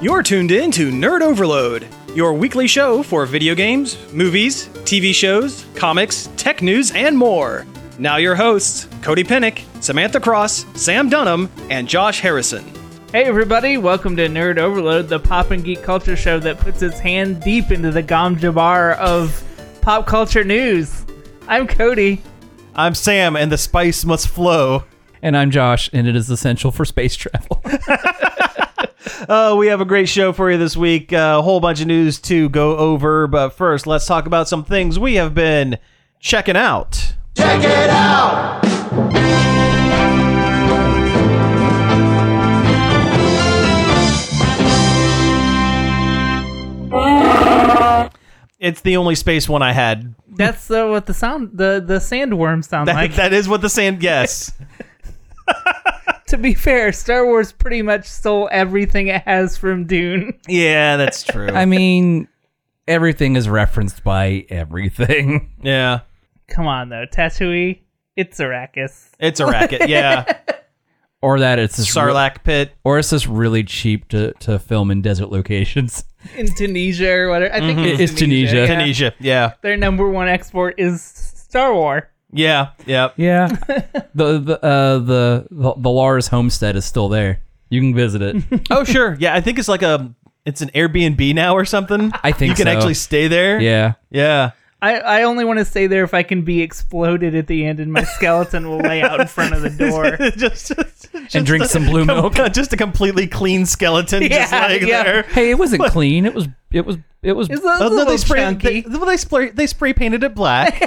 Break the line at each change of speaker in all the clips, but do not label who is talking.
You're tuned in to Nerd Overload, your weekly show for video games, movies, TV shows, comics, tech news, and more. Now, your hosts, Cody Pennick, Samantha Cross, Sam Dunham, and Josh Harrison.
Hey everybody, welcome to Nerd Overload, the pop and geek culture show that puts its hand deep into the ganja bar of pop culture news. I'm Cody.
I'm Sam, and the spice must flow.
And I'm Josh, and it is essential for space travel.
Uh, we have a great show for you this week. Uh, a whole bunch of news to go over, but first, let's talk about some things we have been checking out. It's the only space one I had.
That's uh, what the sound the the sandworm sound
That,
like.
that is what the sand. Yes,
to be fair, Star Wars pretty much stole everything it has from Dune.
yeah, that's true.
I mean, everything is referenced by everything.
yeah,
Come on though, Tatooine, it's Arrakis.
it's a racket. Yeah,
Or that it's this re-
Sarlacc pit.
or it's just really cheap to, to film in desert locations.
In Tunisia or whatever. I think
It's Tunisia.
Mhm. yeah.
Tunisia. Yeah,
Their number one export is Star Wars.
yeah, yeah.
Yeah. the the uh, the the the Lars homestead is still there. You can visit it.
Oh sure, yeah. I think it's like a it's an Airbnb now or something.
I think
you can
so.
actually stay there.
yeah.
yeah.
I, I only want to stay there if I can be exploded at the end and my skeleton will lay out in front of the door.
just, just-
And drink
just
some blue
com-
milk.
Just a completely clean skeleton just
Yeah,
laying
yeah.
there.
Hey, it wasn't clean. It was it was it was
It's a, it's a
Oh, no,
little
they spray,
chunky.
they, well, they spray they spray painted it black.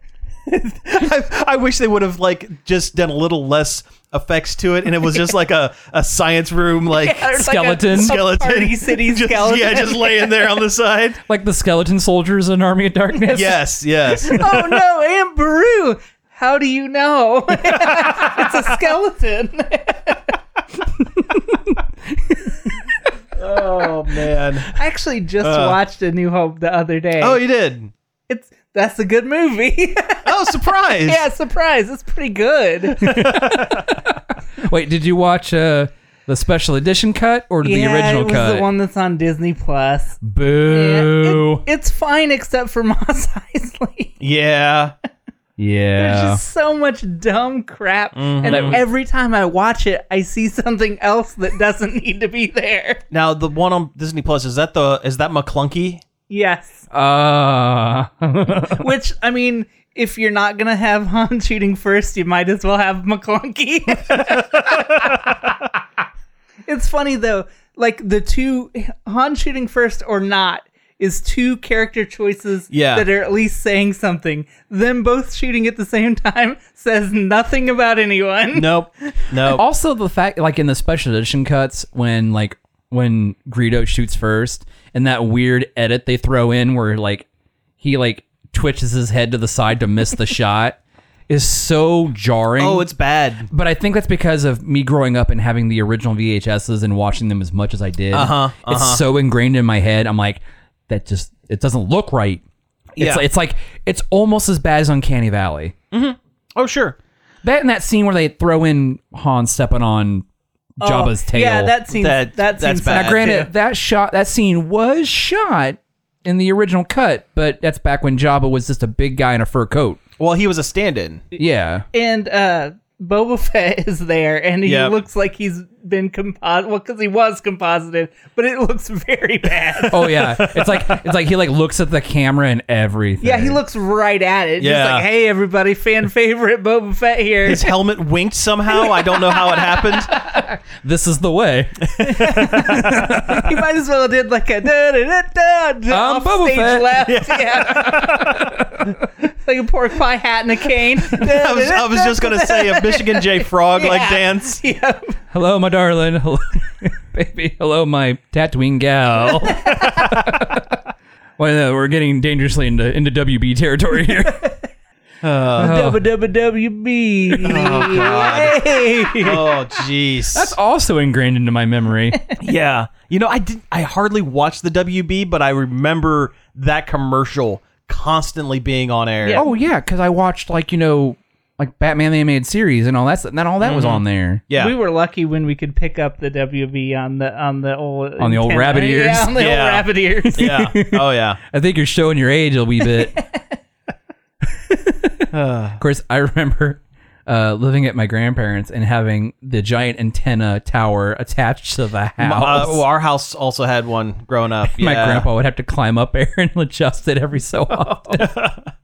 I, I wish they would have like just done a little less effects to it, and it was just like a, a science room like
Or it's
skeleton.
Like a- a,
skeleton
Party City
Just-
skeleton.
Yeah, just laying there on the side.
like the skeleton soldiers in Army of Darkness.
Yes, yes.
oh no, and Peru. How do you know? it's a skeleton.
oh man.
I actually just watched A New Hope the other day.
Uh. Oh, you did.
it's that's a good movie.
Oh, surprise!
yeah, surprise. It's pretty good.
Wait, did you watch uh, the special edition cut or the
yeah,
original
it was
cut?
the one that's on Disney Plus.
Boo.
It- it's fine except for Moss Eisley.
Yeah.
Yeah.
There's just so much dumb crap, and every time I watch it, I see something else that doesn't need to be there.
Now the one on Disney Plus is that the is that McClunky?
Yes,
Uh,
which I mean, if you're not gonna have Han shooting first, you might as well have McClunky. it's funny though, like the two Han shooting first or not is two character choices
Yeah.
that are at least saying something. Them both shooting at the same time says nothing about anyone.
Nope. Nope.
also, the fact, like in the special edition cuts, when like when Greedo shoots first, and that weird edit they throw in where like he like twitches his head to the side to miss the shot is so jarring.
Oh, it's bad.
but I think that's because of me growing up and having the original VHSs and watching them as much as I did.
Uh-huh, uh-huh.
It's so ingrained in my head. I'm like, that just it doesn't look right.
Yeah.
It's, it's like it's almost as bad as Uncanny Valley.
Oh, sure.
That and that scene where they throw in Han stepping on Jabba's tail.
Oh, Yeah, that seems
That-
that,
that's
seems
bad.
now, granted, that shot, that scene was shot in the original cut, but that's back when Jabba was just a big guy in a fur coat.
Well, he was a stand-in.
Yeah,
and uh Boba Fett is there, and he
Yep.
looks like he's been composite. Well, because he was composited, but it looks very bad.
oh yeah, it's like it's like he like looks at the camera and everything.
yeah, he looks right at it. Just
Yeah.
like, hey, everybody, fan favorite Boba Fett here.
His helmet winked somehow. I don't know how it happened.
This is the way.
he might as well did like a da da da da
I'm
off
Boba
stage
Fett.
left. Yeah. like a pork pie hat and a cane.
I was, I was just gonna say a Michigan J Frog like
Yeah.
dance.
yeah.
Hello, my darling. Hello, baby. Hello, my Tatooine gal. well, no, we're getting dangerously into into WB territory here. Oh.
WWWB.
God.
Hey.
Oh, jeez.
That's also ingrained into my memory.
yeah. You know, I did. I hardly watched the WB, but I remember that commercial constantly being on air.
Yeah.
oh yeah, because I watched like you know like Batman the Animated Series and all that. stuff. Then all that was
Mm-hmm.
on there.
Yeah.
Oh, We were lucky when we could pick up the WB on the on the old
On the old
antenna.
rabbit ears.
Yeah, on the
Yeah.
old rabbit ears.
yeah.
Oh yeah.
I think you're showing your age a wee bit. of course, I remember uh, living at my grandparents and having the giant antenna tower attached to the
Uh,
house.
well, our house also had one growing up.
my
yeah. Oh.
grandpa would have to climb up there and adjust it every so often.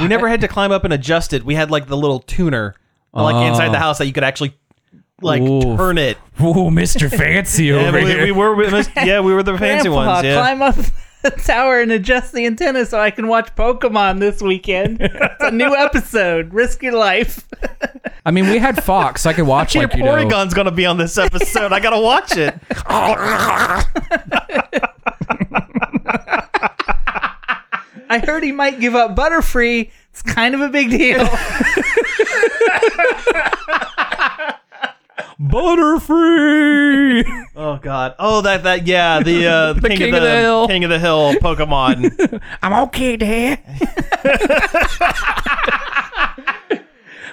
We never had to climb up and adjust it. We had like the little tuner, like inside the house that you could actually like
Oof.
turn it.
Ooh, Mr. Fancy
Yeah,
over
we,
here.
we were, we must- yeah, we were the fancy
Grandpa,
ones. Yeah.
climb up the tower and adjust the antenna so I can watch Pokemon this weekend. it's a new episode. Risk your life.
I mean, we had Fox. I could watch like you
Your
know.
Porygon's gonna be on this episode. I gotta watch it.
I heard he might give up Butterfree. It's kind of a big deal.
Butterfree.
Oh God. Oh that that yeah the uh, the king, of the,
Hill.
king of the hill Pokemon.
I'm okay, Dad.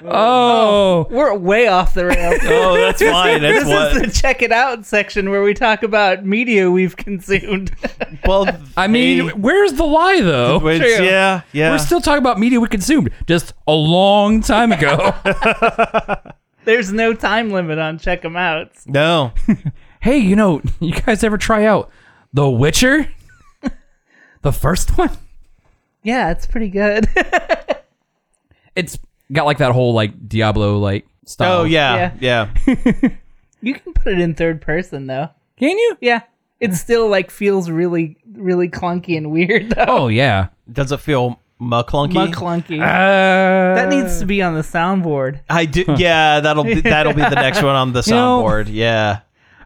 oh,
We're way off the rails.
oh that's fine. That's
This
what.
is the check it out section where we talk about media we've consumed.
well,
I mean,
hey,
where's the lie though?
it's- yeah yeah.
We're still talking about media we consumed just a long time ago.
There's no time limit on check 'em outs.
no.
hey, you know, you guys ever try out The Witcher? the first one?
Yeah, it's pretty good.
It's got like that whole like Diablo like style.
Oh yeah yeah.
you can put it in third person though.
Can you?
Yeah. It still like feels really really clunky and weird though.
Oh yeah.
Does it feel mucklunky?
Mug clunky.
Uh,
that needs to be on the soundboard.
I do. Yeah, that'll be, that'll be the next one on the
know-
soundboard. yeah.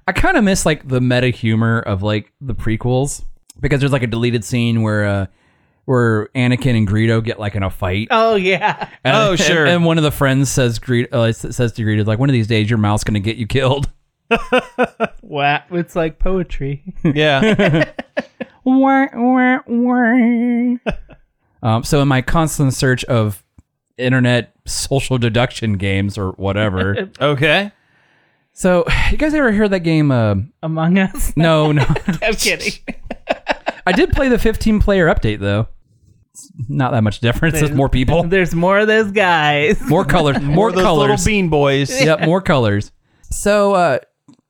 I kind of miss like the meta humor of like the prequels because there's like a deleted scene where uh where Anakin and Greedo get like in a fight.
Oh yeah.
And-
Oh,
and-
sure.
And, one of the friends says Greedo uh, s- says to Greedo like one of these days your mouth's gonna get you killed.
Wow. It's like poetry.
Yeah.
Wah, wah, wah. um, so in my constant search of internet social deduction games or whatever,
okay.
so you guys ever hear that game? Uh,
Among Us.
no, no.
I'm kidding.
I did play the 15 player update though. It's not that much difference. It's more people,
There's more of those guys.
more colors, more
Or those
colors.
little bean boys.
yep, more colors. So uh,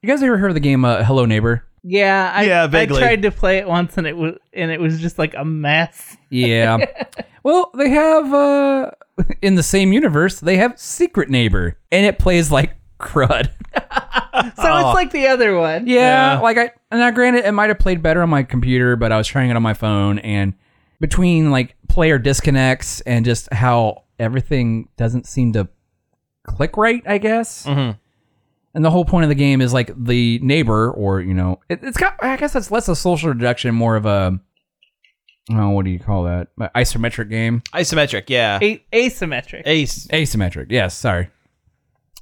you guys ever heard of the game uh, Hello Neighbor?
Yeah, I,
Yeah,
I
vaguely.
tried to play it once and it was and it was just like a mess.
Yeah. well, they have uh in the same universe, they have Secret Neighbor and it plays like crud.
So it's like the other one.
Yeah, like I now granted it might have played better on my computer, but I was trying it on my phone and between like player disconnects and just how everything doesn't seem to click right, I guess. And the whole point of the game is like the neighbor, or you know, it, it's got. I guess it's less a social deduction, more of a, oh, what do you call that? A Isometric game.
Isometric. Yeah.
A- asymmetric.
Ace.
asymmetric yes sorry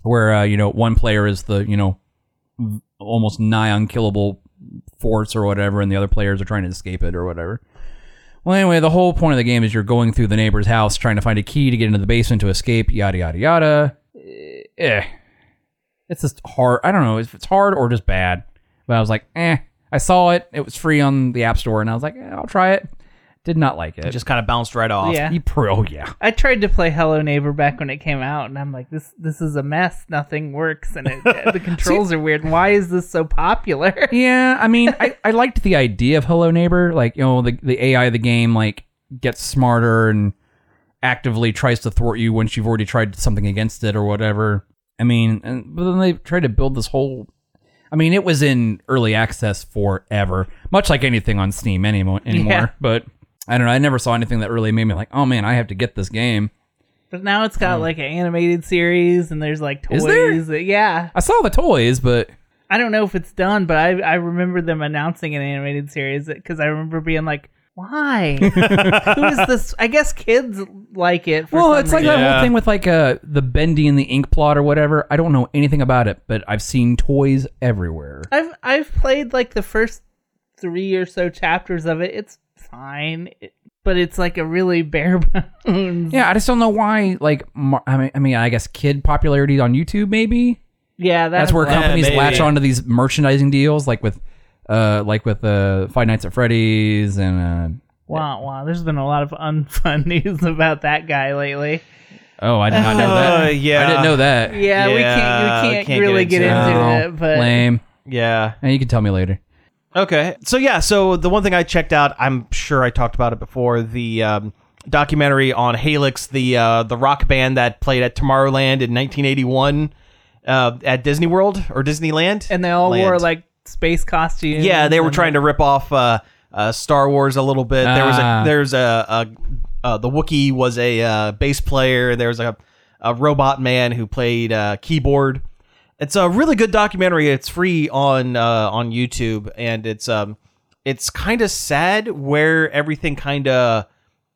where uh, you know one player is the you know almost nigh unkillable force or whatever and the other players are trying to escape it or whatever well anyway the whole point of the game is you're going through the neighbor's house trying to find a key to get into the basement to escape yada yada yada eh. it's just hard i don't know if it's hard or just bad but i was like eh i saw it it was free on the app store and i was like eh, i'll try it did not like it
Just kind of bounced right off.
Yeah.
you pro oh, yeah
I tried to play Hello Neighbor back when it came out, and I'm like, this this is a mess. Nothing works, and it, the controls are weird. Why is this so popular?
Yeah, I mean, I, I liked the idea of Hello Neighbor. Like, you know, the, the AI of the game, like, gets smarter and actively tries to thwart you once you've already tried something against it or whatever. I mean, and, but then they tried to build this whole. I mean, it was in early access forever, much like anything on Steam anymore. anymore
Yeah.
But I don't know. I never saw anything that really made me like, oh man, I have to get this game.
But now it's got like an animated series, and there's like toys.
Hmm. Is there?
that- yeah,
I saw the toys, but
I don't know if it's done, but I I remember them announcing an animated series because I remember being like. Why? Who is this? I guess kids like it. For
Well,
some
it's like
reason.
that
Yeah.
whole thing with like uh, the Bendy and the Ink plot or whatever. I don't know anything about it, but I've seen toys everywhere.
I've I've played like the first three or so chapters of it. It's fine. It, but it's like a really bare bones.
Yeah, I just don't know why. Like, mar- I mean, I mean, I guess kid popularity on YouTube maybe.
Yeah, that
That's where
was-
companies
maybe.
latch onto these merchandising deals, like with, uh, like with uh, Five Nights at Freddy's and uh,
Wow, wow. There's been a lot of unfun news about that guy lately.
uh, oh, I did not know that.
Uh, yeah.
I didn't know that.
Yeah, we
Yeah,
can't. We can't, really get into,
Oh,
it. But
lame.
Yeah.
And you can tell me later.
Okay. So yeah, so the one thing I checked out, I'm sure I talked about it before, the um, documentary on Halix, the uh, the rock band that played at Tomorrowland in 1981 uh, at Disney World or Disneyland.
and they all
Land.
wore like space costumes.
Yeah, they were
and-
trying to rip off uh, uh, Star Wars a little bit. There was a
Ah.
there's a, a uh, the Wookiee was a uh, bass player. There was a a robot man who played uh, keyboard. It's a really good documentary. It's free on uh, on YouTube, and it's um it's kind of sad where everything kind of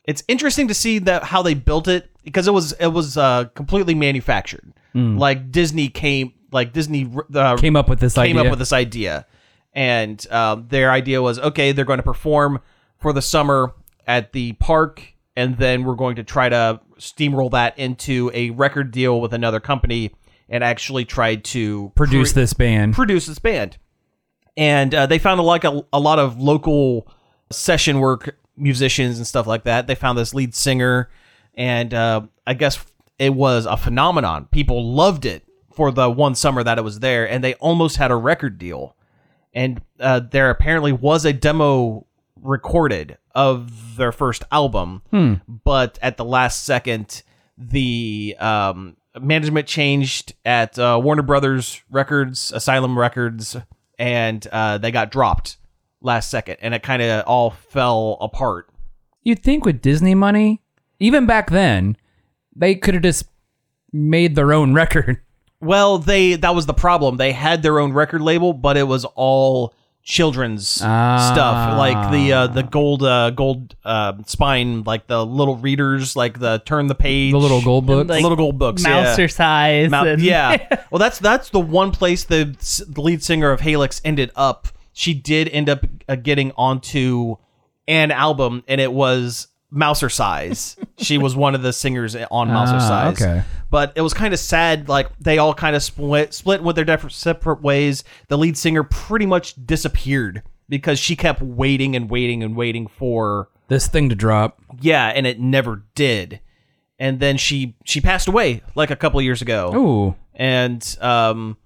it's interesting to see that how they built it because it was it was uh, completely manufactured. Like Disney came like Disney uh,
Came up with this
came
idea.
up with this idea, and um, their idea was okay, they're going to perform for the summer at the park, and then we're going to try to steamroll that into a record deal with another company, and actually try to
Produce this band.
produce this band. And uh, they found a, like a, a lot of local session work musicians and stuff like that. They found this lead singer, and uh, I guess it was a phenomenon. People loved it for the one summer that it was there, and they almost had a record deal. And uh, there apparently was a demo recorded of their first album, but at the last second, the um, management changed at uh, Warner Brothers Records, Asylum Records, and uh, they got dropped last second, and it kind of all fell apart.
You'd think with Disney money, even back then, they could have just made their own record.
Well, they that was the problem. They had their own record label, but it was all children's stuff, like the uh,
Ah.
the gold uh, gold uh, spine, like the little readers, like the turn the page,
The little gold book.
like-
little gold books,
Mouser
yeah.
size.
Mou-
and-
Uh, yeah. Well, that's that's the one place the, s- the lead singer of Halix ended up. She did end up uh, getting onto an album, and it was Mouser Size. she was one of the singers on Mouser
Ah,
Size.
okay.
But it was kind of sad. Like they all kind of split split with their different separate ways. The lead singer pretty much disappeared because she kept waiting and waiting and waiting for
this thing to drop.
yeah, and it never did. And then she she passed away like a couple of years ago
Ooh.
and um,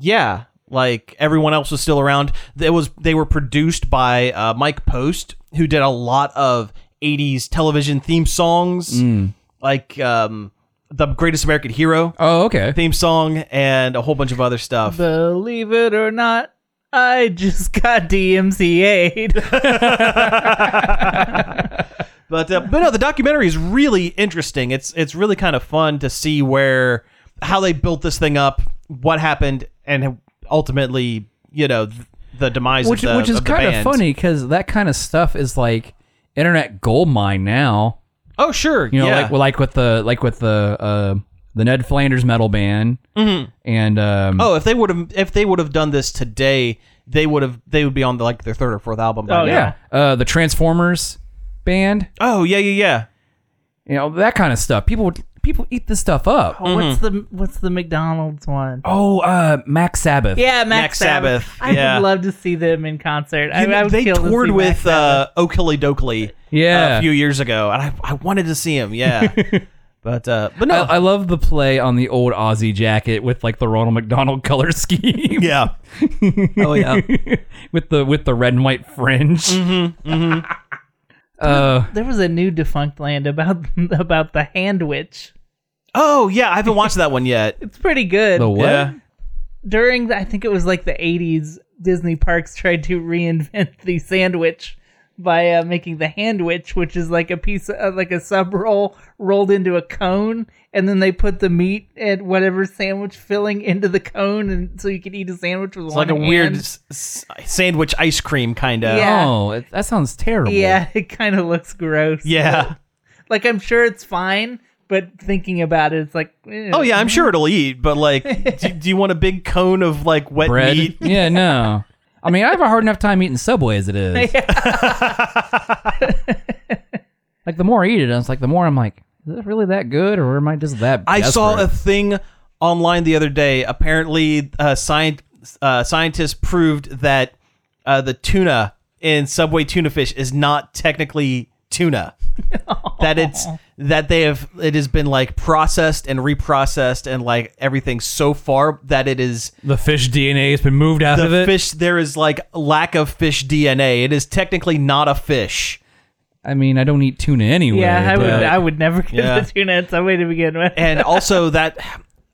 yeah, like everyone else was still around. It was they were produced by uh, Mike Post, who did a lot of '80s television theme songs,
Mm.
like um, the Greatest American Hero
Oh, okay.
theme song, and a whole bunch of other stuff.
Believe it or not, I just got DMCA'd.
Mm-hmm. But uh, but no, the documentary is really interesting. It's it's really kind of fun to see where how they built this thing up, what happened, and ultimately, you know. th- the demise
Which
of the,
which is
of the
kind of
band.
funny because that kind of stuff is like internet gold mine now.
Oh sure,
You know,
yeah.
like like with the like with the uh, the Ned Flanders metal band and um,
Mm-hmm. Oh, if they would have if they would have done this today, they would have they would be on like their third or fourth album. By
Oh,
now.
yeah.
uh, the Transformers band.
Oh yeah yeah yeah.
You know that kind of stuff. People would people eat this stuff up.
Oh, What's the What's the McDonald's one?
Oh, uh, Max Sabbath.
Yeah, Max,
Max Sabbath,
I
yeah.
would love to see them in concert. I,
You know,
I would
they
kill to
toured
see Max
with
Sabbath.
uh, Oakley Dokley
Yeah.
a few years ago, and I, I wanted to see him. Yeah, but uh, but no,
I, I love the play on the old Aussie jacket with like the Ronald McDonald color scheme.
yeah. oh yeah.
with the with the red and white fringe.
Mm-hmm.
uh,
There was a new defunct land about about the hand witch.
Oh yeah, I haven't watched that one yet.
It's pretty good.
the what?
Yeah.
During the, I think it was like the 80s, Disney parks tried to reinvent the sandwich by uh, making the hand witch, which is like a piece of like a sub roll rolled into a cone, and then they put the meat and whatever sandwich filling into the cone, and so you could eat a sandwich with
It's
one
like a
hand.
weird s- s- sandwich ice cream kind of.
Yeah.
Oh, it, that sounds terrible.
Yeah, it kind of looks gross.
Yeah.
Like I'm sure it's fine, but thinking about it, it's like eh.
Oh yeah, I'm sure it'll eat, but like, do, do you want a big cone of like wet
bread.
meat?
Yeah, no. I mean, I have a hard enough time eating Subway as it is. Like the more I eat it, I was like the more I'm like, is it really that good, or am I just that?
I saw a
desperate?
thing online the other day. Apparently, uh, sci- uh, scientists proved that uh, the tuna in Subway tuna fish is not technically tuna. that it's that they have it has been like processed and reprocessed and like everything so far that it is
the fish DNA has been moved out of
the
it.
fish there is like lack of fish DNA. It is technically not a fish.
I mean, I don't eat tuna anyway.
Yeah, I would.
but-
I would never get
Yeah.
the tuna at Subway to begin with.
and also that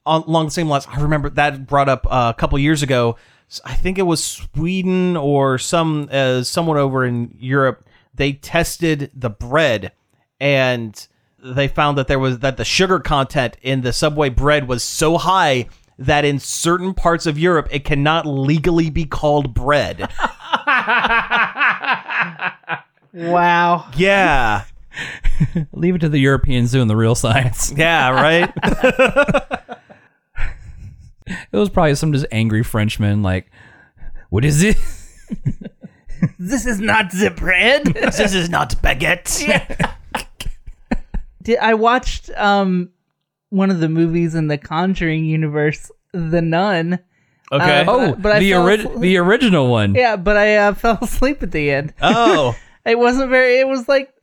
on- along the same lines, I remember that brought up uh, a couple years ago. s- I think it was Sweden or some uh, someone over in Europe. They tested the bread, and they found that there was that the sugar content in the Subway bread was so high that in certain parts of Europe it cannot legally be called bread.
Wow.
yeah,
leave it to the Europeans doing the real science.
yeah, right.
It was probably some just angry Frenchman like, what is it?
This is not the bread.
this is not baguette.
Did, I watched um one of the movies in the Conjuring universe, The Nun.
Okay.
Uh,
Oh,
But I
the
fell
ori-
asleep.
the original one.
Yeah, but I uh, fell asleep at the end.
oh.
It wasn't very. It was like,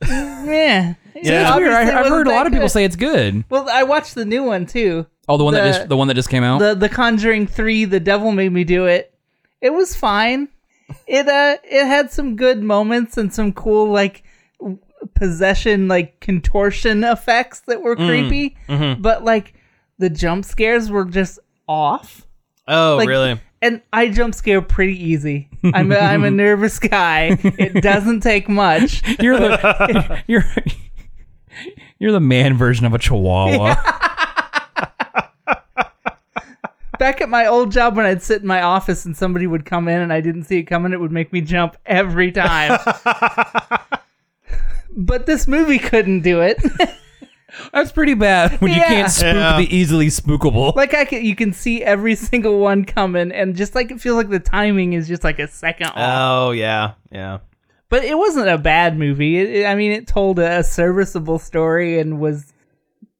Yeah.
meh.
It's weird. I,
Obviously
I've
wasn't
heard a
that
lot of people
good.
say it's good.
Well, I watched the new one too.
Oh, the one that
The-
just the one that just came out.
the the conjuring 3 the devil made me do it it was fine it uh it had some good moments and some cool like w- possession like contortion effects that were creepy but like the jump scares were just off
Oh,
like
really?
and I jump scare pretty easy. I'm a, I'm a nervous guy. It doesn't take much.
you're the you're you're the man version of a chihuahua.
Back at my old job, when I'd sit in my office and somebody would come in and I didn't see it coming, it would make me jump every time. but this movie couldn't do it.
That's pretty bad when you
Yeah.
can't spook
Yeah.
the easily spookable.
like I can, you can see every single one coming, and just like it feels like the timing is just like a second off.
Oh, yeah, yeah.
But it wasn't a bad movie. It, it- I mean, it told a, serviceable story and was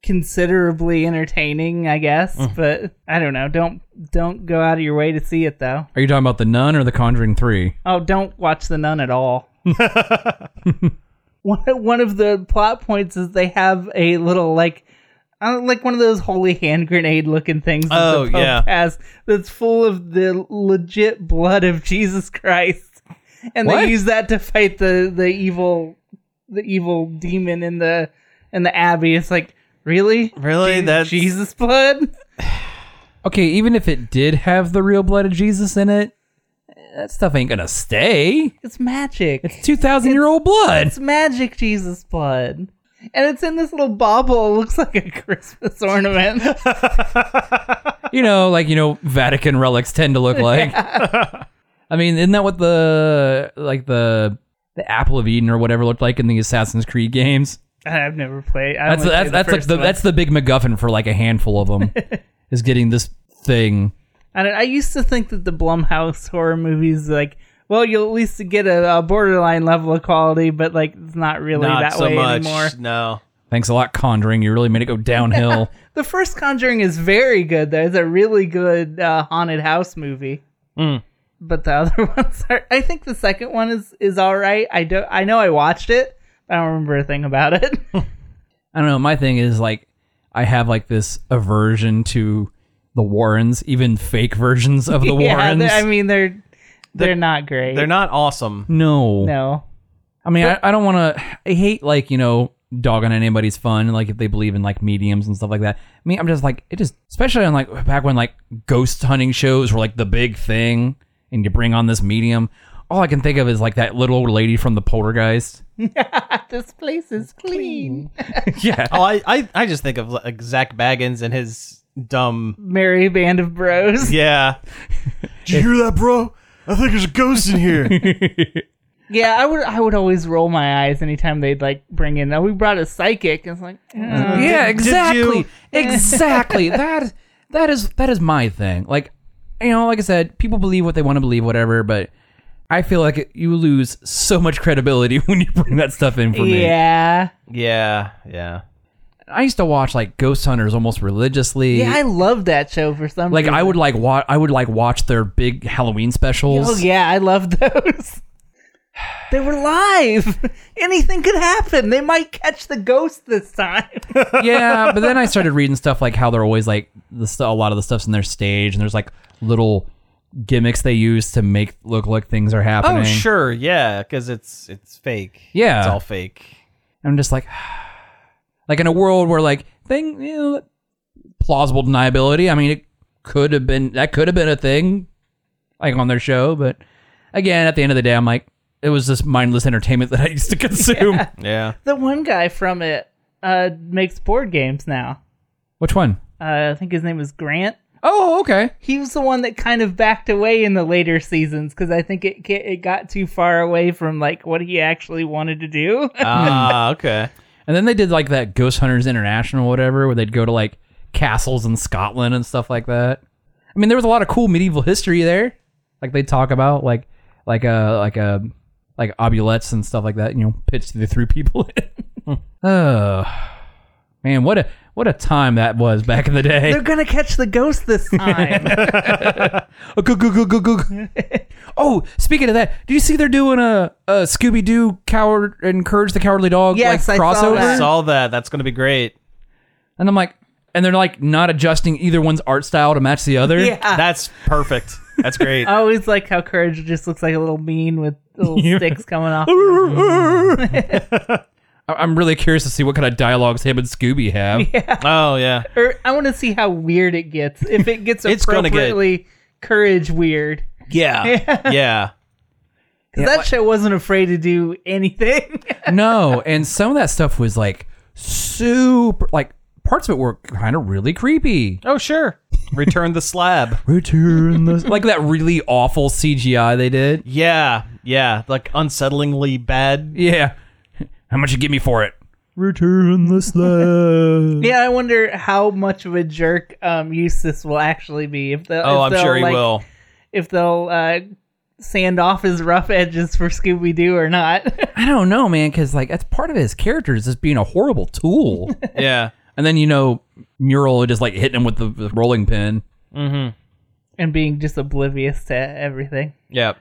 considerably entertaining, I guess. But I don't know. Don't don't go out of your way to see it though.
Are you talking about the Nun or the Conjuring Three?
Oh, don't watch The Nun at all. one, one of the plot points is they have a little like. I don't like one of those holy hand grenade looking things that
Oh,
the Pope
yeah.
has that's full of the legit blood of Jesus Christ, and
What?
they use that to fight the the evil the evil demon in the in the abbey. It's like really,
Really?
Je-
That's-
Jesus blood.
Okay, even if it did have the real blood of Jesus in it, eh, that stuff ain't gonna stay.
It's magic.
It's two thousand year old blood.
It's magic Jesus blood. And it's in this little bauble. It looks like a Christmas ornament.
You know, like you know, Vatican relics tend to look like. I mean, isn't that what the like the the apple of Eden or whatever looked like in the Assassin's Creed games?
I've never played. I
That's
only
that's
played
that's like
first
the
one.
that's the big MacGuffin for like a handful of them is getting this thing.
I, don't, I used to think that the Blumhouse horror movies, like, well, you'll at least get a, a borderline level of quality, but like, it's not really
Not
that
so
way
much.
anymore.
No.
Thanks a lot, Conjuring. You really made it go downhill.
The first Conjuring is very good, though. It's a really good uh, haunted house movie.
Hmm.
But the other ones are. I think the second one is is all right. I do. I know I watched it. I don't remember a thing about it.
I don't know. My thing is like I have like this aversion to the Warrens, even fake versions of the
yeah,
Warrens.
they're- I mean they're they're not great.
They're not awesome.
no,
No.
I mean I, I don't want to. I hate like you know dogging anybody's fun. Like if they believe in like mediums and stuff like that. I mean I'm just like it just especially on like back when like ghost hunting shows were like the big thing, and you bring on this medium. All I can think of is like that little old lady from the Poltergeist.
This place is clean.
Yeah,
Oh, I, I, I just think of like Zach Baggins and his dumb.
Merry band of bros.
Yeah. Did you hear that, bro? I think there's a ghost in here.
Yeah, I would I would always roll my eyes anytime they'd like bring in. Oh, we brought a psychic. It's like eh.
yeah,
did you-
exactly, exactly. that that is that is my thing. Like, you know, like I said, people believe what they want to believe, whatever. But I feel like it, you lose so much credibility when you bring that stuff in for me.
Yeah.
Yeah, yeah.
I used to watch like Ghost Hunters almost religiously.
Yeah, I love that show for some
like
reason.
I would like watch I would like watch their big Halloween specials.
Oh yeah, I love those. They were live. Anything could happen. They might catch the ghost this time.
yeah, but then I started reading stuff like how they're always like the stu- a lot of the stuff's in their stage, and there's like little gimmicks they use to make look like things are happening.
Oh, sure, yeah, because it's it's fake.
Yeah.
it's all fake.
I'm just like, like in a world where like thing you know, plausible deniability. I mean, it could have been that could have been a thing, like on their show. But again, at the end of the day, I'm like, it was just mindless entertainment that I used to consume.
Yeah,
the one guy from it uh, makes board games now.
Which one?
Uh, I think his name was Grant.
Oh, okay.
He was the one that kind of backed away in the later seasons because I think it it got too far away from like what he actually wanted to do.
ah, okay.
And then they did like that Ghost Hunters International, whatever, where they'd go to like castles in Scotland and stuff like that. I mean, there was a lot of cool medieval history there. Like they talk about like like a like a like obulettes and stuff like that. You know, pitched they threw people in. oh man, what a what a time that was back in the day.
They're gonna catch the ghost this time.
Oh, go, go, go, go, go, go. oh, speaking of that, do you see they're doing a, a Scooby Doo coward encourage the cowardly dog
Yes,
like
I
crossover?
saw that.
I saw that. That's gonna be great.
And I'm like, and they're like not adjusting either one's art style to match the other.
yeah.
That's perfect. That's great.
I always like how Courage just looks like a little mean with little sticks coming off.
I- I'm really curious to see what kind of dialogues him and Scooby have.
oh yeah,
Or I want to see how weird it gets. If it gets
It's gonna get-
appropriately Courage weird.
yeah, yeah.
Because that show wasn't afraid to do anything.
no, and some of that stuff was like super, like parts of it were kind of really creepy.
Oh sure. Return the slab.
Return the like that really awful CGI they did.
Yeah, yeah. Like unsettlingly bad.
Yeah, how much you give me for it?
Return the slab.
yeah, I wonder how much of a jerk um, Eustace will actually be. If they'll,
oh,
if
I'm
they'll,
sure he
like,
will.
If they'll uh, sand off his rough edges for Scooby Doo or not.
I don't know, man, because like that's part of his character is just being a horrible tool.
Yeah.
and then you know, Mural just like hitting him with the, the rolling pin.
and being just oblivious to everything.
Yep.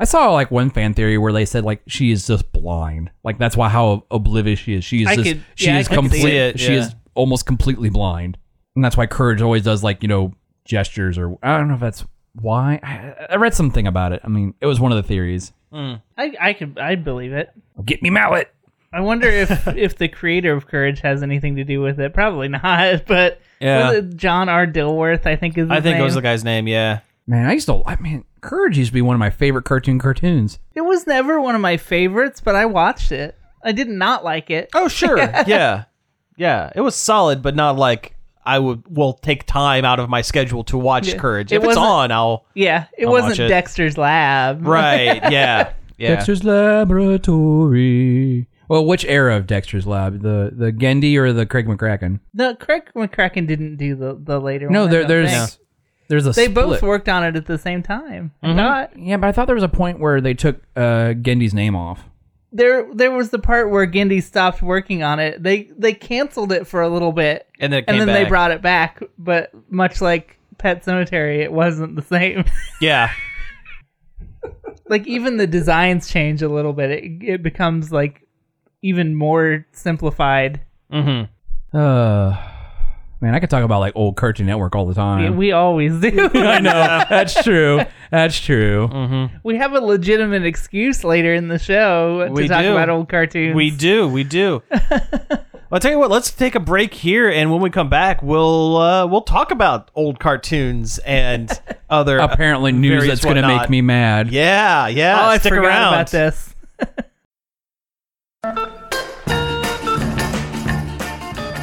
I saw like one fan theory where they said like she is just blind. Like that's why how oblivious she is. She is
I
just
could-
she
yeah, I
is
could see
complete.
it,
She
yeah.
is almost completely blind, and that's why Courage always does like you know gestures or I don't know if that's why. I, I read something about it. I mean, it was one of the theories.
I, I could I believe it.
Get me mallet.
I wonder if if the creator of Courage has anything to do with it. Probably not. But
Yeah.
was it John R. Dilworth? I think is. His
I think
name?
it was the guy's name. Yeah.
Man, I used to. I mean, Courage used to be one of my favorite cartoon cartoons.
It was never one of my favorites, but I watched it. I did not like it.
Oh sure. yeah. Yeah. It was solid, but not like I would will take time out of my schedule to watch Courage.
It
If it's
wasn't-
on, I'll
Yeah, it
I'll
wasn't
watch it.
Dexter's Lab.
Right. Yeah. Yeah.
Dexter's Laboratory. Well, which era of Dexter's Lab? The the Gendy or the Craig McCracken?
No, Craig McCracken didn't do the the later
No,
one. I
there,
don't
there's
think.
there's a
They
split. Mm-hmm.
both worked on it at the same time.
Mm-hmm.
I thought.
Yeah, but I thought there was a point where they took uh, Gendy's name off.
There, there was the part where Gindy stopped working on it. They they canceled it for a little bit,
And then it
and
came
then they
back.
brought it back. But much like Pet Cemetery, it wasn't the same.
Yeah.
like even the designs change a little bit. It it becomes like even more simplified.
Uh, man, I could talk about like old Cartoon Network all the time.
we always do.
I know that's true. That's true.
We have a legitimate excuse later in the show to
We
talk
do.
about old cartoons.
We do. We do. I'll tell you what. Let's take a break here, and when we come back, we'll uh, we'll talk about old cartoons and other
Apparently, news
various
that's going to
whatnot.
make me mad.
Yeah,
Oh,
yeah.
I
stick
forgot
around.
about this.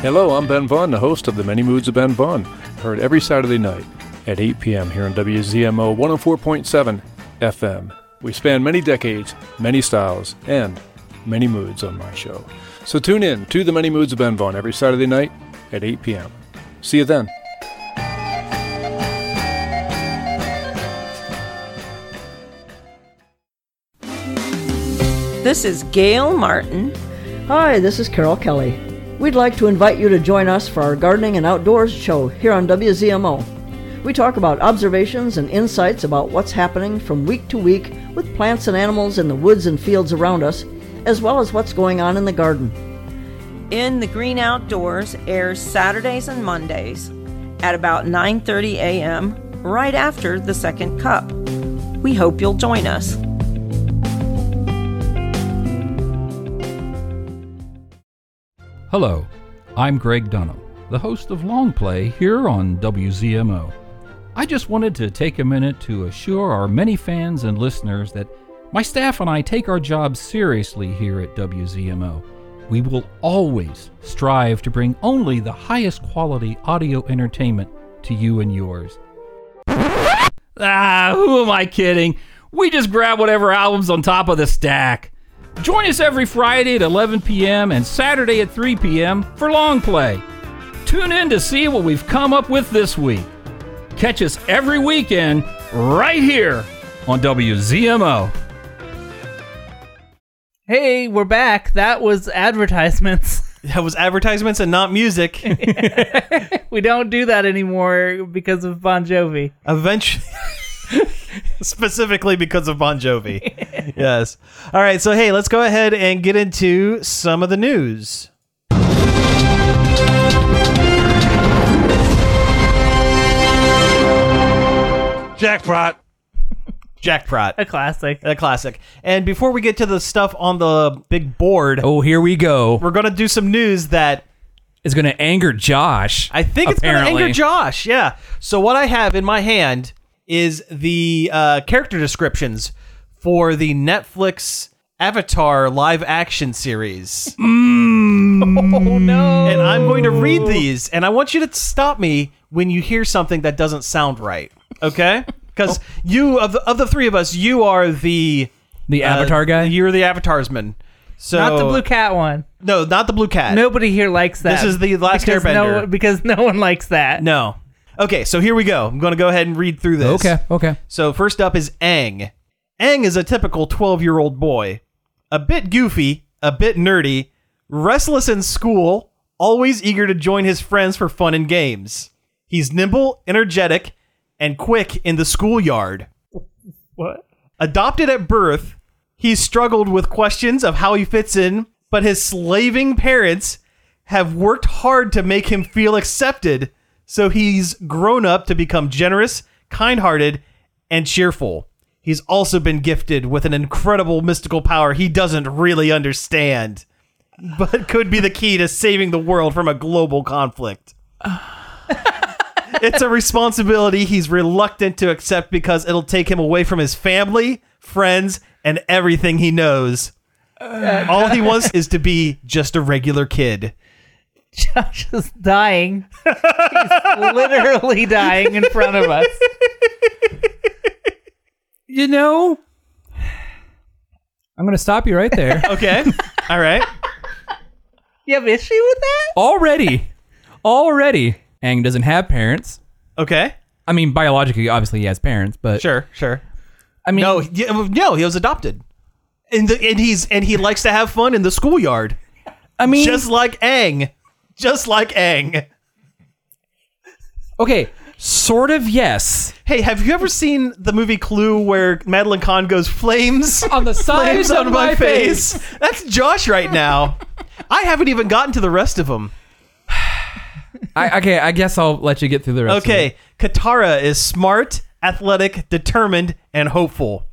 Hello, I'm Ben Vaughn, the host of The Many Moods of Ben Vaughn, heard every Saturday night at 8 p.m. here on WZMO 104.7 FM. We span many decades, many styles, and many moods on my show. So tune in to The Many Moods of Ben Vaughn every Saturday night at 8 p.m. See you then.
This is Gail Martin.
Hi, this is Carol Kelly. We'd like to invite you to join us for our gardening and outdoors show here on WZMO. We talk about observations and insights about what's happening from week to week with plants and animals in the woods and fields around us, as well as what's going on in the garden.
In the Green Outdoors airs Saturdays and Mondays at about 9:30 a.m. right after the second cup. We hope you'll join us.
Hello, I'm Greg Dunham, the host of Long Play here on WZMO. I just wanted to take a minute to assure our many fans and listeners that my staff and I take our job seriously here at WZMO. We will always strive to bring only the highest quality audio entertainment to you and yours. Ah, who am I kidding? We just grab whatever album's on top of the stack. Join us every Friday at 11 p.m. and Saturday at 3 p.m. for Long Play. Tune in to see what we've come up with this week. Catch us every weekend right here on WZMO.
Hey, we're back. That was advertisements.
That was advertisements and not music.
We don't do that anymore because of Bon Jovi.
Eventually, specifically because of Bon Jovi. yes. All right. So hey, let's go ahead and get into some of the news.
Jackpot.
Jack Pratt.
A classic.
A classic. And before we get to the stuff on the big board,
Oh, here we go.
we're gonna do some news that
It's going to anger Josh.
I think it's going to
apparently.
anger Josh. Yeah. So what I have in my hand is the uh, character descriptions for the Netflix Avatar live action series.
Mm.
Oh no.
And I'm going to read these, and I want you to stop me when you hear something that doesn't sound right. Okay? Because you of the, of the three of us, you are the
The
uh,
Avatar guy?
You're the Avatarsman. So
Not the blue cat one.
No, not the blue cat.
Nobody here likes that.
This is the last
because
airbender.
No, because no one likes that.
No. Okay, so here we go. I'm going to go ahead and read through this.
Okay, okay.
So first up is Aang. Aang is a typical 12-year-old boy. A bit goofy, a bit nerdy, restless in school, always eager to join his friends for fun and games. He's nimble, energetic, and quick in the schoolyard.
What?
Adopted at birth, he's struggled with questions of how he fits in, but his slaving parents have worked hard to make him feel accepted, so he's grown up to become generous, kind hearted, and cheerful. He's also been gifted with an incredible mystical power he doesn't really understand, but could be the key to saving the world from a global conflict. It's a responsibility he's reluctant to accept because it'll take him away from his family, friends, and everything he knows. All he wants is to be just a regular kid.
Josh is dying. He's literally dying in front of us.
You know, I'm going to stop you right there.
Okay. All right.
You have issue with that?
Already. Already. Aang doesn't have parents.
Okay.
I mean, biologically, obviously, he has parents, but
Sure. Sure.
I mean,
No. y- No. He was adopted, and the, and he's and he likes to have fun in the schoolyard,
I mean,
just like Aang, just like Aang.
okay, sort of yes.
Hey, have you ever seen the movie Clue where Madeline Kahn goes flames?
On the sides
flames
of
on my
my
face.
face.
That's Josh right now. I haven't even gotten to the rest of them.
I, okay, I guess I'll let you get through the rest. of it.
Okay, Katara is smart, athletic, determined, and hopeful.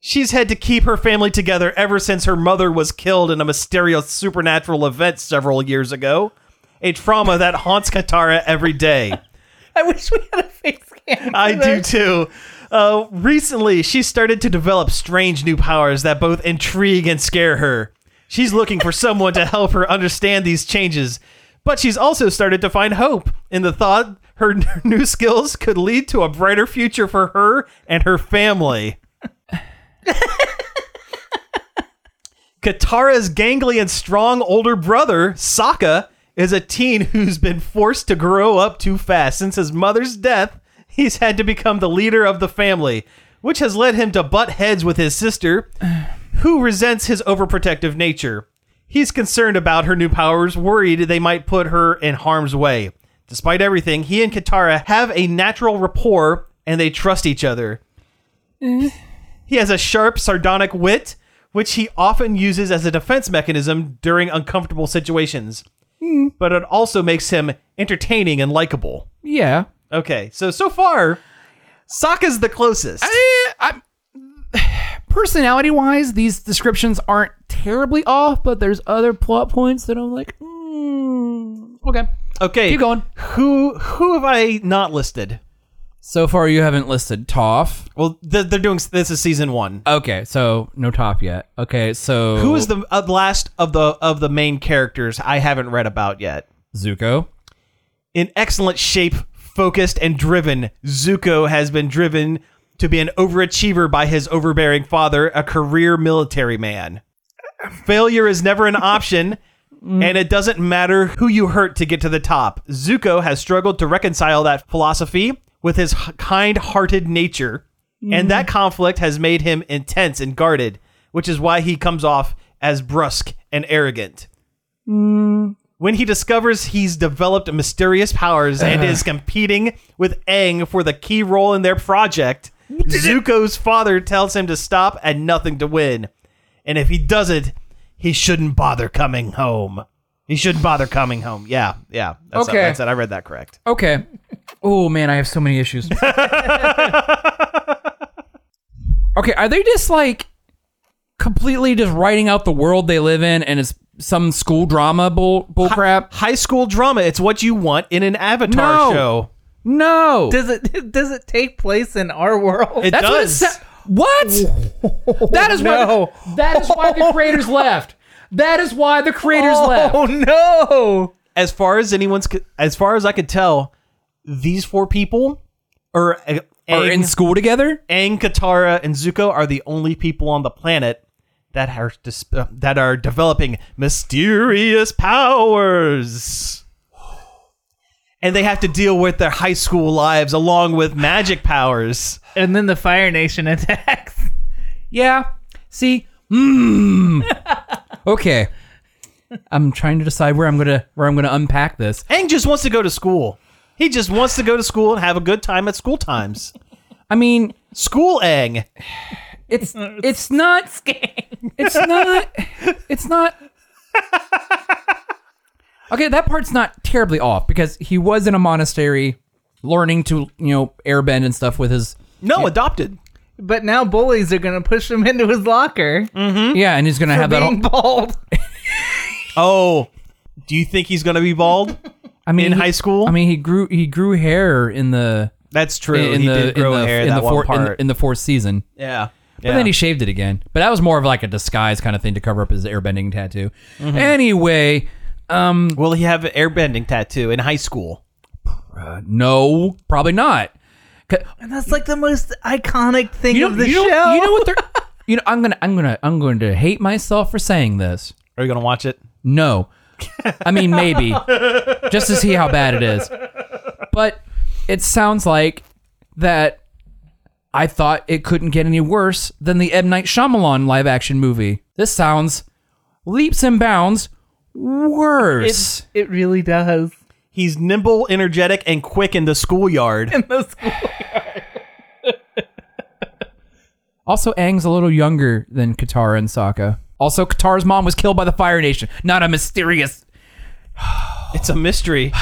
She's had to keep her family together ever since her mother was killed in a mysterious supernatural event several years ago, a trauma that haunts Katara every day.
I wish we had a face cam.
I
for this.
do too. Uh, recently, she started to develop strange new powers that both intrigue and scare her. She's looking for someone to help her understand these changes, but she's also started to find hope in the thought her n- new skills could lead to a brighter future for her and her family. Katara's gangly and strong older brother, Sokka, is a teen who's been forced to grow up too fast. Since his mother's death, he's had to become the leader of the family, which has led him to butt heads with his sister, who resents his overprotective nature. He's concerned about her new powers, worried they might put her in harm's way. Despite everything, he and Katara have a natural rapport and they trust each other. He has a sharp, sardonic wit, which he often uses as a defense mechanism during uncomfortable situations.
Hmm.
But it also makes him entertaining and likable.
Yeah.
Okay, so so far, Sokka's the closest.
Personality wise, Eh, these descriptions aren't terribly off, but there's other plot points that I'm like, mm, okay.
Okay,
Keep going.
Who who have I not listed?
So far, you haven't listed Toph.
Well, th- they're doing this is season one.
Okay, so no Toph yet. Okay, so
Who is the uh, last of the of the main characters I haven't read about yet?
Zuko?
In excellent shape, focused and driven, Zuko has been driven to be an overachiever by his overbearing father, a career military man. Failure is never an option, and it doesn't matter who you hurt to get to the top. Zuko has struggled to reconcile that philosophy with his h- kind-hearted nature, and that conflict has made him intense and guarded, which is why he comes off as brusque and arrogant. When he discovers he's developed mysterious powers and is competing with Aang for the key role in their project, Zuko's father tells him to stop at nothing to win. And if he doesn't, he shouldn't bother coming home. He shouldn't bother coming home. Yeah, yeah. That's
Okay.
That's it. I read that correct.
Okay. Oh man, I have so many issues. okay, are they just like completely just writing out the world they live in and it's some school drama bull bullcrap?
High school drama. It's what you want in an Avatar
No.
show.
No.
Does it does it take place in our world?
It
That's what it
does.
sa- What? that is
no.
why That is why the creators left. That is why the creators left.
Oh no!
as far as anyone's, c- as far as I could tell, these four people are, uh,
Are in
Aang-
school together?
Aang, Katara, and Zuko are the only people on the planet that are dis- uh, that are developing mysterious powers. And they have to deal with their high school lives along with magic powers.
And then the Fire Nation attacks.
Yeah. See. Mmm. okay. I'm trying to decide where I'm gonna where I'm gonna unpack this.
Aang just wants to go to school. He just wants to go to school and have a good time at school times.
I mean,
School Aang.
it's it's not it's not it's not. Okay, that part's not terribly off because he was in a monastery, learning to you know airbend and stuff with his
No, adopted.
But now bullies are gonna push him into his locker.
Hmm?
yeah, and he's gonna have that.
Being
All,
bald.
Oh, do you think he's going to be bald?
I mean,
in
he-
high school?
I mean, he grew he grew hair in the
That's true.
in
he
the
did grow
in the,
hair
in
that
the
one
fourth in,
part.
in the fourth season.
yeah.
But then he shaved it again. But that was more of like a disguise kind of thing to cover up his airbending tattoo.
Mm-hmm.
Anyway,
Will he have an airbending tattoo in high school?
no, probably not. 'Cause-
And that's like the most iconic thing
You
of
know,
the
you know,
show.
you know what they're. You know, I'm gonna, I'm gonna, I'm going to hate myself for saying this.
Are you gonna watch it?
No, I mean maybe, just to see how bad it is. But it sounds like that. I thought it couldn't get any worse than the M Night Shyamalan live action movie. This sounds leaps and bounds worse.
It really does.
He's nimble, energetic, and quick in the schoolyard.
In the school.
Also, Aang's a little younger than Katara and Sokka. Also, Katara's mom was killed by the Fire Nation, not a mysterious.
It's a mystery.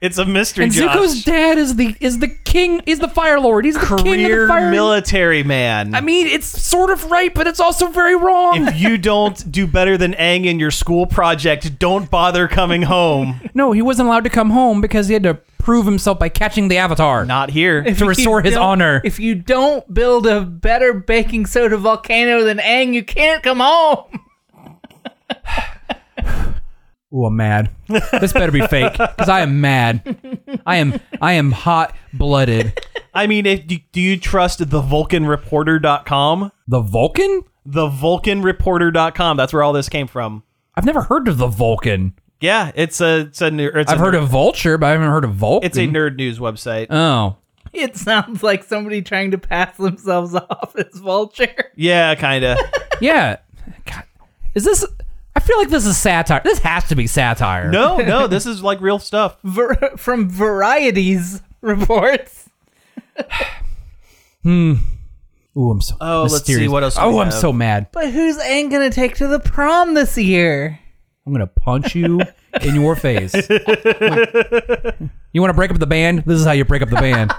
it's a mystery.
And
Josh.
Zuko's dad is the is the king is the Fire Lord. He's the king of
career
the Fire.
military man.
I mean, it's sort of right, but it's also very wrong.
if you don't do better than Aang in your school project, don't bother coming home.
no, he wasn't allowed to come home because he had to prove himself by catching the Avatar.
Not here.
To restore his
don't-
honor.
If you don't build a better baking soda volcano than Aang, you can't come home.
Ooh, I'm mad. This better be fake because I am mad. I am I am hot blooded.
I mean, if do, do you trust the vulcanreporter.com?
The Vulcan?
The vulcanreporter.com. That's where all this came from.
I've never heard of the Vulcan.
Yeah, it's a it's a ner- it's a
I've heard
ner-
of Vulture, but I haven't heard of Vulcan.
it's a nerd news website.
Oh.
It sounds like somebody trying to pass themselves off as Vulture.
Yeah, kind of.
Yeah. God. Is this. I feel like this is satire. This has to be satire.
no, no, this is like real stuff.
Ver- from Variety's reports.
Ooh, I'm so.
Oh, let's see
mysterious.
what else
Oh,
we
I'm
have.
so mad.
But who's Aang going to take to the prom this year?
I'm gonna punch you in your face. you want to break up the band? This is how you break up the band.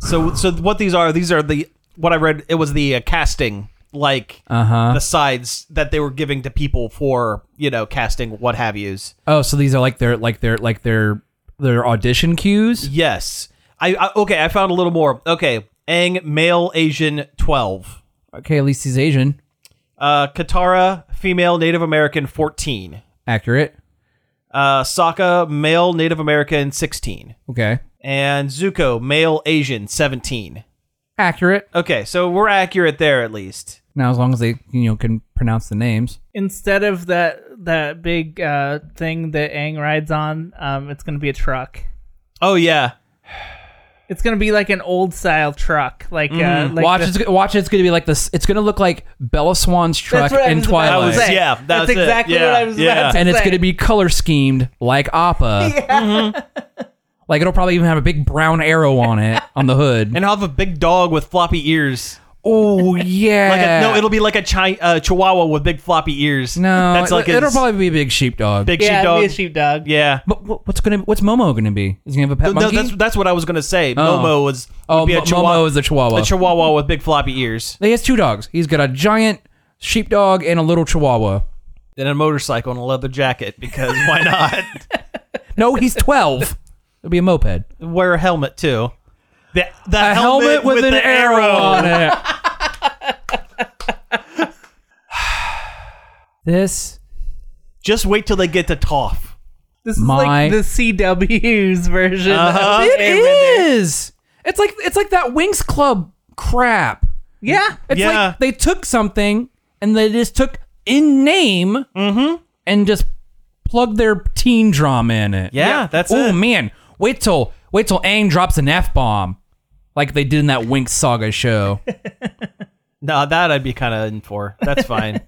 So, so what these are? These are the what I read. It was the uh, casting, like
Uh-huh.
the sides that they were giving to people for you know casting what have yous.
Oh, so these are like their like their like their their audition cues.
Yes, I, I okay. I found a little more. Okay, Aang, male, Asian, twelve.
Okay, at least he's Asian.
Uh, Katara, female, Native American, fourteen.
Accurate.
Uh, Sokka, male, Native American, sixteen.
Okay.
And Zuko, male, Asian, seventeen.
Accurate.
Okay, so we're accurate there at least.
Now, as long as they you know can pronounce the names.
Instead of that that big uh, thing that Aang rides on, um, it's going to be a truck.
Oh yeah,
It's going to be like an old style truck, like, uh, like
Mm-hmm. watch,
the-
it's, go- watch. It's gonna be like this. It's gonna look like Bella Swan's truck
That's what I
in
was about to
Twilight,
say.
Yeah, that
that's
was it.
exactly
Yeah,
what I was
yeah.
about to
and it's
say.
gonna be color schemed like Appa. Mhm. Like it'll probably even have a big brown arrow on it on the hood.
and I'll have a big dog with floppy ears.
oh yeah,
Like a, no, it'll be like a chi- uh, chihuahua with big floppy ears.
No,
that's like
it,
a
will probably be a big sheepdog.
big
yeah, it'd
sheepdog.
be a sheepdog.
yeah.
But wh- what's gonna what's Momo gonna be? Is he gonna have a pet
No,
monkey?
that's that's what I was gonna say. Momo was
oh,
would be a
Mo- Momo is a chihuahua.
a chihuahua with big floppy ears
he has two dogs. He's got a giant sheepdog and a little chihuahua.
and a motorcycle and a leather jacket because why not
No, he's twelve. It'll be a moped.
wear a helmet too? The, the
A helmet, with, an
the
arrow. on it. this
Just wait till they get to Toph.
This is
My-
like the CW's version.
Uh-huh.
Of
it
Airbender.
is. It's like it's like that Wings Club crap.
Yeah.
It's
Yeah.
like they took something and they just took in name
Mm-hmm.
and just plugged their teen drama in it.
Yeah, that's
oh
it.
man, wait till wait till Aang drops an f bomb, like they did in that Wink Saga show.
No, that I'd be kind of in for. That's fine.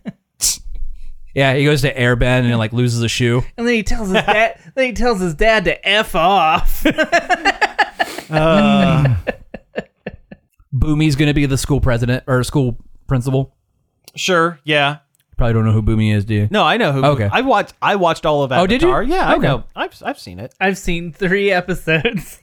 yeah, he goes to Airbend and like loses a shoe.
And then he tells his dad. then he tells his dad to f off.
Boomy's gonna be the school president or school principal.
sure. Yeah.
Probably don't know who Boomy is, do you?
No, I know who.
Okay.
I watched. I watched all of Avatar.
Oh, did you?
Yeah, I
Okay.
know. I've I've seen it.
I've seen three episodes.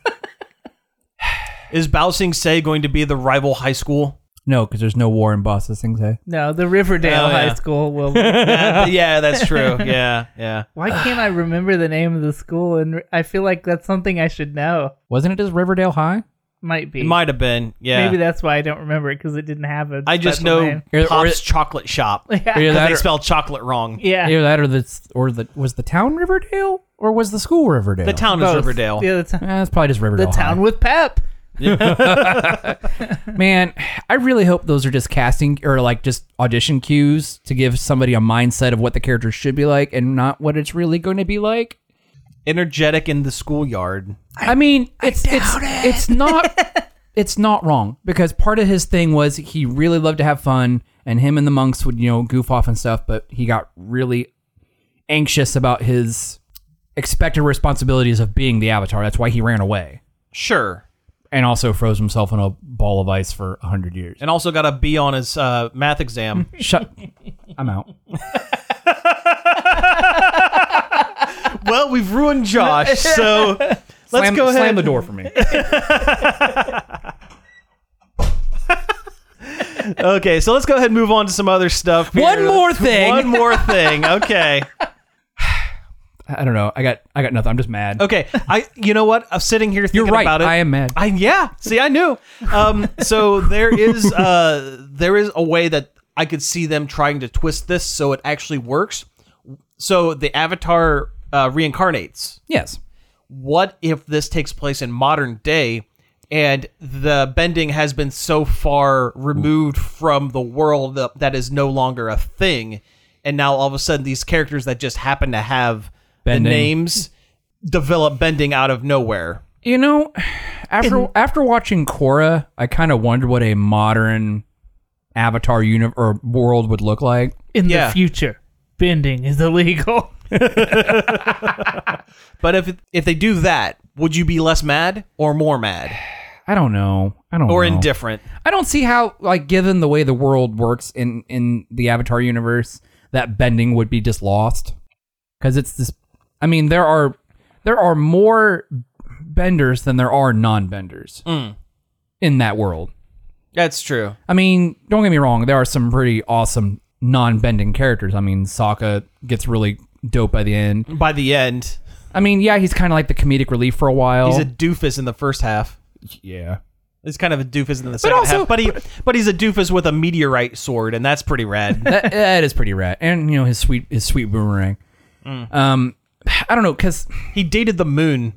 Is Bao Sing Se going to be the rival high school?
No, because there's no war in Boss this thing say.
no, the Riverdale
Oh, yeah.
High School will.
That- yeah, that's true. Yeah, yeah.
Why can't I remember the name of the school? And I feel like that's something I should know.
Wasn't it just Riverdale High?
Might be.
It might have been. Yeah.
Maybe that's why I don't remember it because it didn't have a.
I just
special
know
name.
Or- or-
Pop's Chocolate Shop.
Either
Yeah.
that
they
or-
spelled chocolate wrong.
Yeah.
Either that or the or the was the town Riverdale or was the school Riverdale?
The town
Both.
is Riverdale.
Yeah, the, town-
Eh, it's probably just
the
Riverdale. High.
town with Pep.
Man, I really hope those are just casting or like just audition cues to give somebody a mindset of what the character should be like and not what it's really going to be like.
Energetic in the schoolyard.
I, mean, it's it's it's not it's not wrong because part of his thing was he really loved to have fun and him and the monks would, you know, goof off and stuff, but he got really anxious about his expected responsibilities of being the avatar. That's why he ran away
Sure.
and also froze himself in a ball of ice for 100 years.
And also got a B on his uh, math exam.
Shut I'm out.
well, we've ruined Josh, so let's
slam,
go ahead.
Slam the door for me.
Okay, so let's go ahead and move on to some other stuff. here.
One more thing.
One more thing. Okay.
I don't know. I got I got nothing. I'm just mad.
Okay. I. You know what? I'm sitting here thinking
You're right.
about it.
I am mad.
I yeah. See, I knew. Um, so there is uh, there is a way that I could see them trying to twist this so it actually works. So the avatar uh, reincarnates.
yes.
What if this takes place in modern day? And the bending has been so far removed from the world that, that is no longer a thing, and now all of a sudden these characters that just happen to have
Bending.
the names develop bending out of nowhere.
you know, after after watching Korra, I kind of wondered what a modern Avatar uni- or world would look like.
in
Yeah.
the future, bending is illegal.
But if if they do that, would you be less mad or more mad
I don't know. I don't
or
know.
indifferent?
I don't see how, like, given the way the world works in in the Avatar universe, that bending would be just lost. Because it's this. I mean, there are there are more benders than there are non-benders
Mm.
in that world.
That's true.
I mean, don't get me wrong. There are some pretty awesome non-bending characters. I mean, Sokka gets really dope by the end.
By the end,
I mean, yeah, he's kind of like the comedic relief for a while.
he's a doofus in the first half.
yeah.
He's kind of a doofus in the second
also-
half, but he but he's a doofus with a meteorite sword, and that's pretty rad.
that, that is pretty rad. And you know his sweet his sweet boomerang. Um, I don't know because
he dated the moon.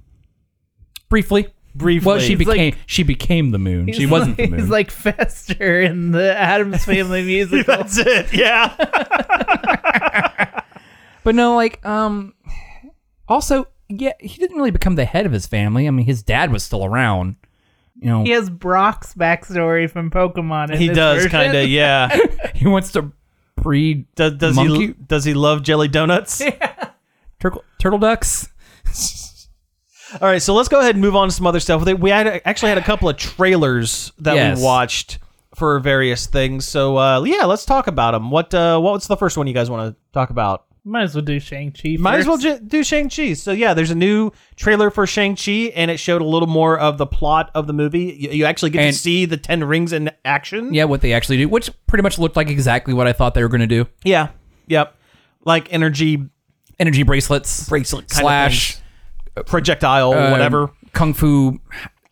briefly,
Briefly.
Well, she
It's
became she became the moon. She wasn't
like,
the moon.
He's like Fester in the Adams Family musical.
That's it. Yeah.
but no, like um, also yeah, he didn't really become the head of his family. I mean, his dad was still around. You know,
He has Brock's backstory from Pokemon. In
He
this
does
version.
kind of. Yeah.
he wants to breed
Does, does
Monkey?
he does he love jelly donuts?
turtle turtle ducks.
All right, so let's go ahead and move on to some other stuff. We had actually had a couple of trailers that
Yes.
we watched for various things. So uh, yeah, let's talk about them. What uh, what's the first one you guys want to talk about?
Might as well do Shang Chi.
Might as well ju- do Shang Chi. So yeah, there's a new trailer for Shang Chi, and it showed a little more of the plot of the movie. You, you actually get
And-
to see the Ten Rings in action.
Yeah, what they actually do, which pretty much looked like exactly what I thought they were going to do.
yeah, yep. Like energy
Energy bracelets,
Bracelet kind of
slash
projectile,
um,
whatever.
kung fu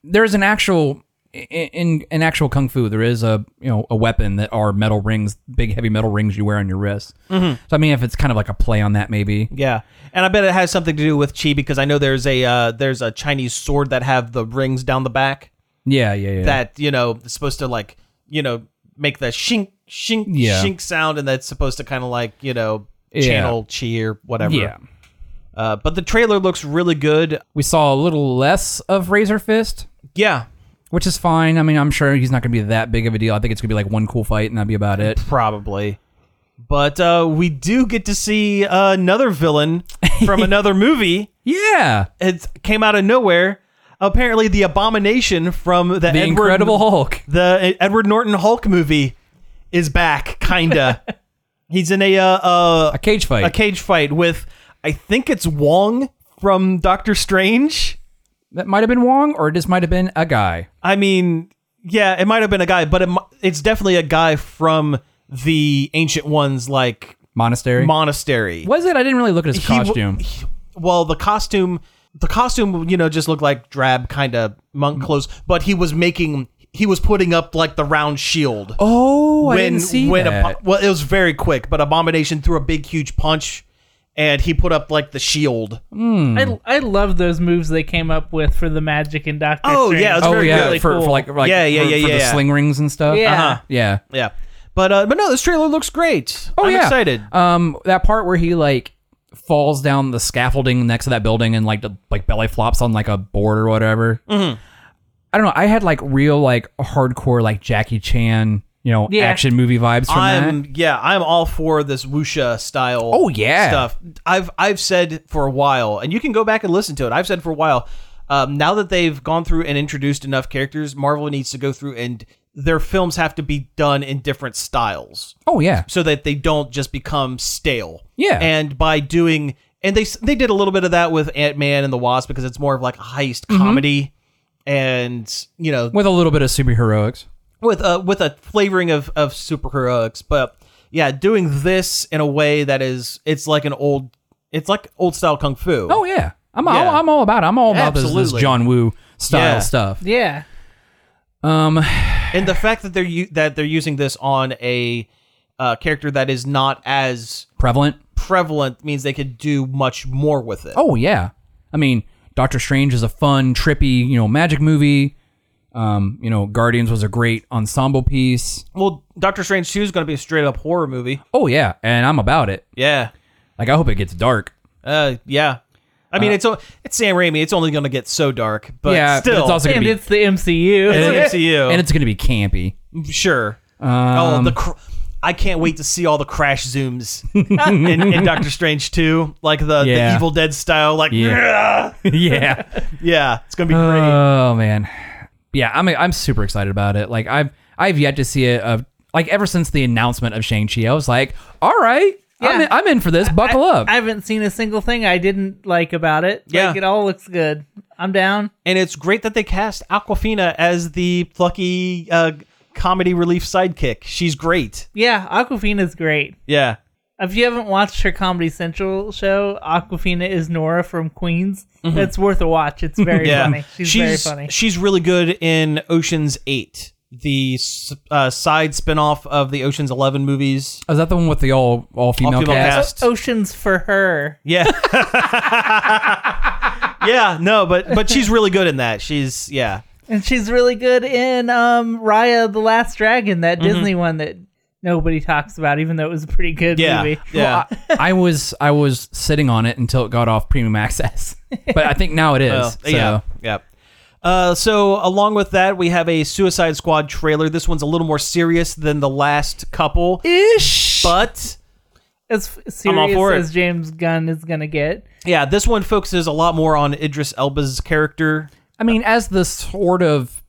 there's an actual in in- in actual kung fu there is a you know a weapon that are metal rings big heavy metal rings you wear on your wrist
Mm-hmm.
so i mean if it's kind of like a play on that maybe
Yeah, and I bet it has something to do with chi because I know there's a uh, there's a Chinese sword that have the rings down the back
yeah yeah yeah
that you know is supposed to like you know make the shink shink
Yeah.
shink sound, and that's supposed to kind of like you know
Yeah.
channel chi or whatever.
yeah
Uh, but the trailer looks really good.
we saw a little less of razor fist
Yeah,
which is fine i mean i'm sure he's not gonna be that big of a deal i think it's gonna be like one cool fight and that'd be about it
probably. But uh, we do get to see another villain from another movie.
yeah
It came out of nowhere. Apparently, the abomination from the,
the
Edward-
incredible hulk
the uh, Edward Norton Hulk movie is back, kinda. He's in a uh, uh,
a cage fight
a cage fight with I think it's Wong from Doctor Strange.
that might have been wong or this might have been a guy
I mean, yeah, it might have been a guy, but it, mi- it's definitely a guy from the Ancient Ones like
monastery
monastery.
was it i didn't really look at his
He w-
costume
he- well, the costume, the costume, you know, just looked like drab kind of
Mm.
monk clothes, but he was making, he was putting up like the round shield.
oh
when
i didn't see
when
that.
Abo- well it was very quick, but Abomination threw a big huge punch, and he put up like the shield.
I, I love those moves they came up with for the magic and Doctor.
Oh, yeah,
Strange.
it's
Oh
very
yeah,
good.
for, for like, like
Yeah, yeah, yeah,
for, for
yeah,
the
yeah.
sling rings and stuff.
Yeah.
Uh-huh. yeah.
Yeah, but uh, but no, this trailer looks great.
Oh
I'm
yeah,
excited.
Um, that part where he like falls down the scaffolding next to that building and like the, like belly flops on like a board or whatever.
Mm-hmm.
I don't know. I had like real like hardcore like Jackie Chan, you know,
Yeah.
action movie vibes from
I'm
that.
yeah, I'm all for this wuxia style.
Oh, yeah.
stuff. I've I've said for a while, and you can go back and listen to it. I've said for a while. Um, now that they've gone through and introduced enough characters, Marvel needs to go through and their films have to be done in different styles.
Oh yeah,
so that they don't just become stale.
Yeah.
And by doing and they they did a little bit of that with Ant Man and the Wasp because it's more of like a heist
Mm-hmm.
comedy, and you know
with a little bit of superheroics.
with a with a flavoring of of superheroics. But yeah, doing this in a way that is it's like an old it's like old style kung fu.
Oh yeah, I'm all,
Yeah.
I'm all about. It. I'm all about this, this
Absolutely.
John Woo style
Yeah.
stuff.
yeah.
Um,
and the fact that they're u- that they're using this on a uh, character that is not as
prevalent.
prevalent means they could do much more with it.
Oh yeah. I mean, Doctor Strange is a fun, trippy, you know, magic movie. Um, you know, Guardians was a great ensemble piece.
Well, Doctor Strange Two is going to be a straight up horror movie.
Oh yeah, and I'm about it.
Yeah.
Like I hope it gets dark.
Uh, yeah. I mean, it's o- it's Sam Raimi. It's only going to get so dark, but
yeah, but
still,
it's also gonna
and
be
it's the MCU.
it's
and
an MCU.
and it's gonna be campy.
sure. oh,
Um,
the cr- I can't wait to see all the crash zooms in, in Doctor Strange 2, like the, the
Yeah.
Evil Dead style. Like, yeah,
Yeah. yeah.
it's gonna be great.
Oh man, yeah, I'm I'm super excited about it. Like I've I've yet to see it. Of like ever since the announcement of Shang Chi, I was like, all right, I'm,
Yeah.
in, I'm in for this. Buckle up.
I haven't seen a single thing I didn't like about it.
Yeah.
Like, it all looks good. I'm down.
And it's great that they cast Aquafina as the plucky uh, comedy relief sidekick. She's great.
Yeah, Aquafina's great.
Yeah,
If you haven't watched her Comedy Central show, Aquafina is Nora from Queens. It's worth a watch. It's very
Mm-hmm. yeah.
funny. She's, very funny.
She's really good in Ocean's Eight, the s- uh, side spinoff of the Ocean's Eleven movies.
Is that the one with the all all female,
All-female
cast?
cast.
Oceans for her.
Yeah. yeah, no, but but she's really good in that. She's yeah.
And she's really good in um, Raya the Last Dragon,
Mm-hmm.
that Disney one that nobody talks about, even though it was a pretty good
Yeah.
movie.
Yeah.
I was I was sitting on it until it got off premium access, but I think now it is.
Well,
so.
Yeah. Yeah. Uh, so along with that, we have a Suicide Squad trailer. This one's a little more serious than the last couple,
Ish.
but
As f- serious
for it.
as James Gunn is going to get.
yeah, this one focuses a lot more on Idris Elba's character.
I mean, as the sort of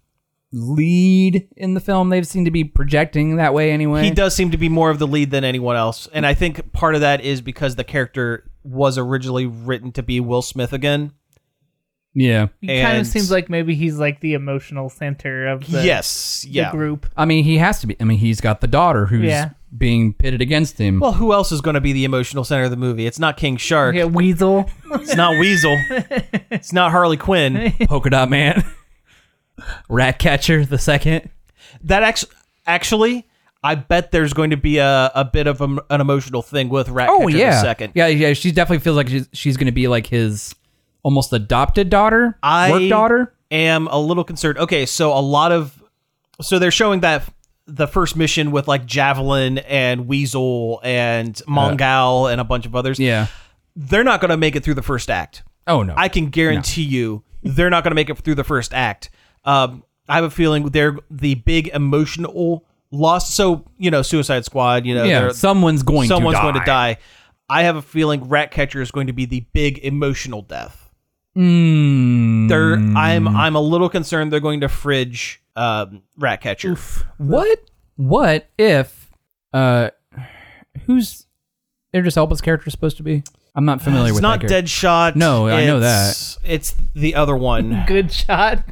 lead in the film, they've seemed to be projecting that way anyway.
He does seem to be more of the lead than anyone else, and I think part of that is because the character was originally written to be Will Smith again.
Yeah.
It kind
And-
of seems like maybe he's like the emotional center of the,
yes,
the
yeah.
group.
I mean, he has to be. I mean, he's got the daughter who's
Yeah.
being pitted against him.
Well, who else is going to be the emotional center of the movie? It's not King Shark.
Yeah, Weasel.
It's not Weasel. it's not Harley Quinn.
Polka Dot Man, Ratcatcher the second.
That act- actually, I bet there's going to be a, a bit of em- an emotional thing with Ratcatcher
Oh yeah,
the second.
Yeah, yeah. She definitely feels like she's, she's going to be like his almost adopted daughter,
I
work daughter.
am a little concerned. Okay, so a lot of so they're showing that the first mission with like Javelin and Weasel and Mongal and a bunch of others.
Yeah.
They're not going to make it through the first act.
Oh no.
I can guarantee you they're not going to make it through the first act. Um, I have a feeling they're the big emotional loss. So you know, Suicide Squad. You know,
yeah.
they're-
Someone's going.
someone's
to die.
going to die. I have a feeling Ratcatcher is going to be the big emotional death.
Mm,
They're I'm I'm a little concerned they're going to fridge um, Ratcatcher.
What? What if? Uh, who's Idris Elba's character supposed to be? I'm not familiar
It's
with.
not
that character.
Deadshot.
No, I know
it's- It's the other one.
Good shot.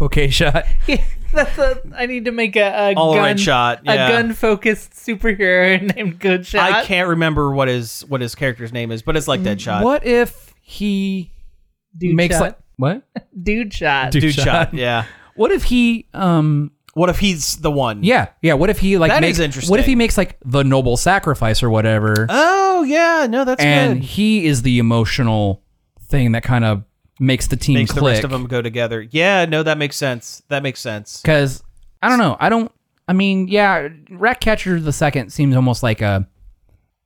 Okay, shot.
That's a, I need to make a, a
All
gun
right, shot, yeah.
a gun focused superhero named Good Shot.
I can't remember what his what his character's name is, but it's like Deadshot.
Mm, What if he
Dude
makes
shot.
like what?
Dude Shot.
Dude shot. Yeah.
What if he um
What if he's the one?
yeah yeah What if he like
That
makes
is interesting.
What if he makes like the noble sacrifice or whatever,
Oh yeah, no, that's
and
good.
he is the emotional thing that kind of makes the team
Makes
click.
the rest of them go together. Yeah, no, that makes sense. That makes sense.
Because I don't know. I don't. I mean, yeah, Ratcatcher the second seems almost like a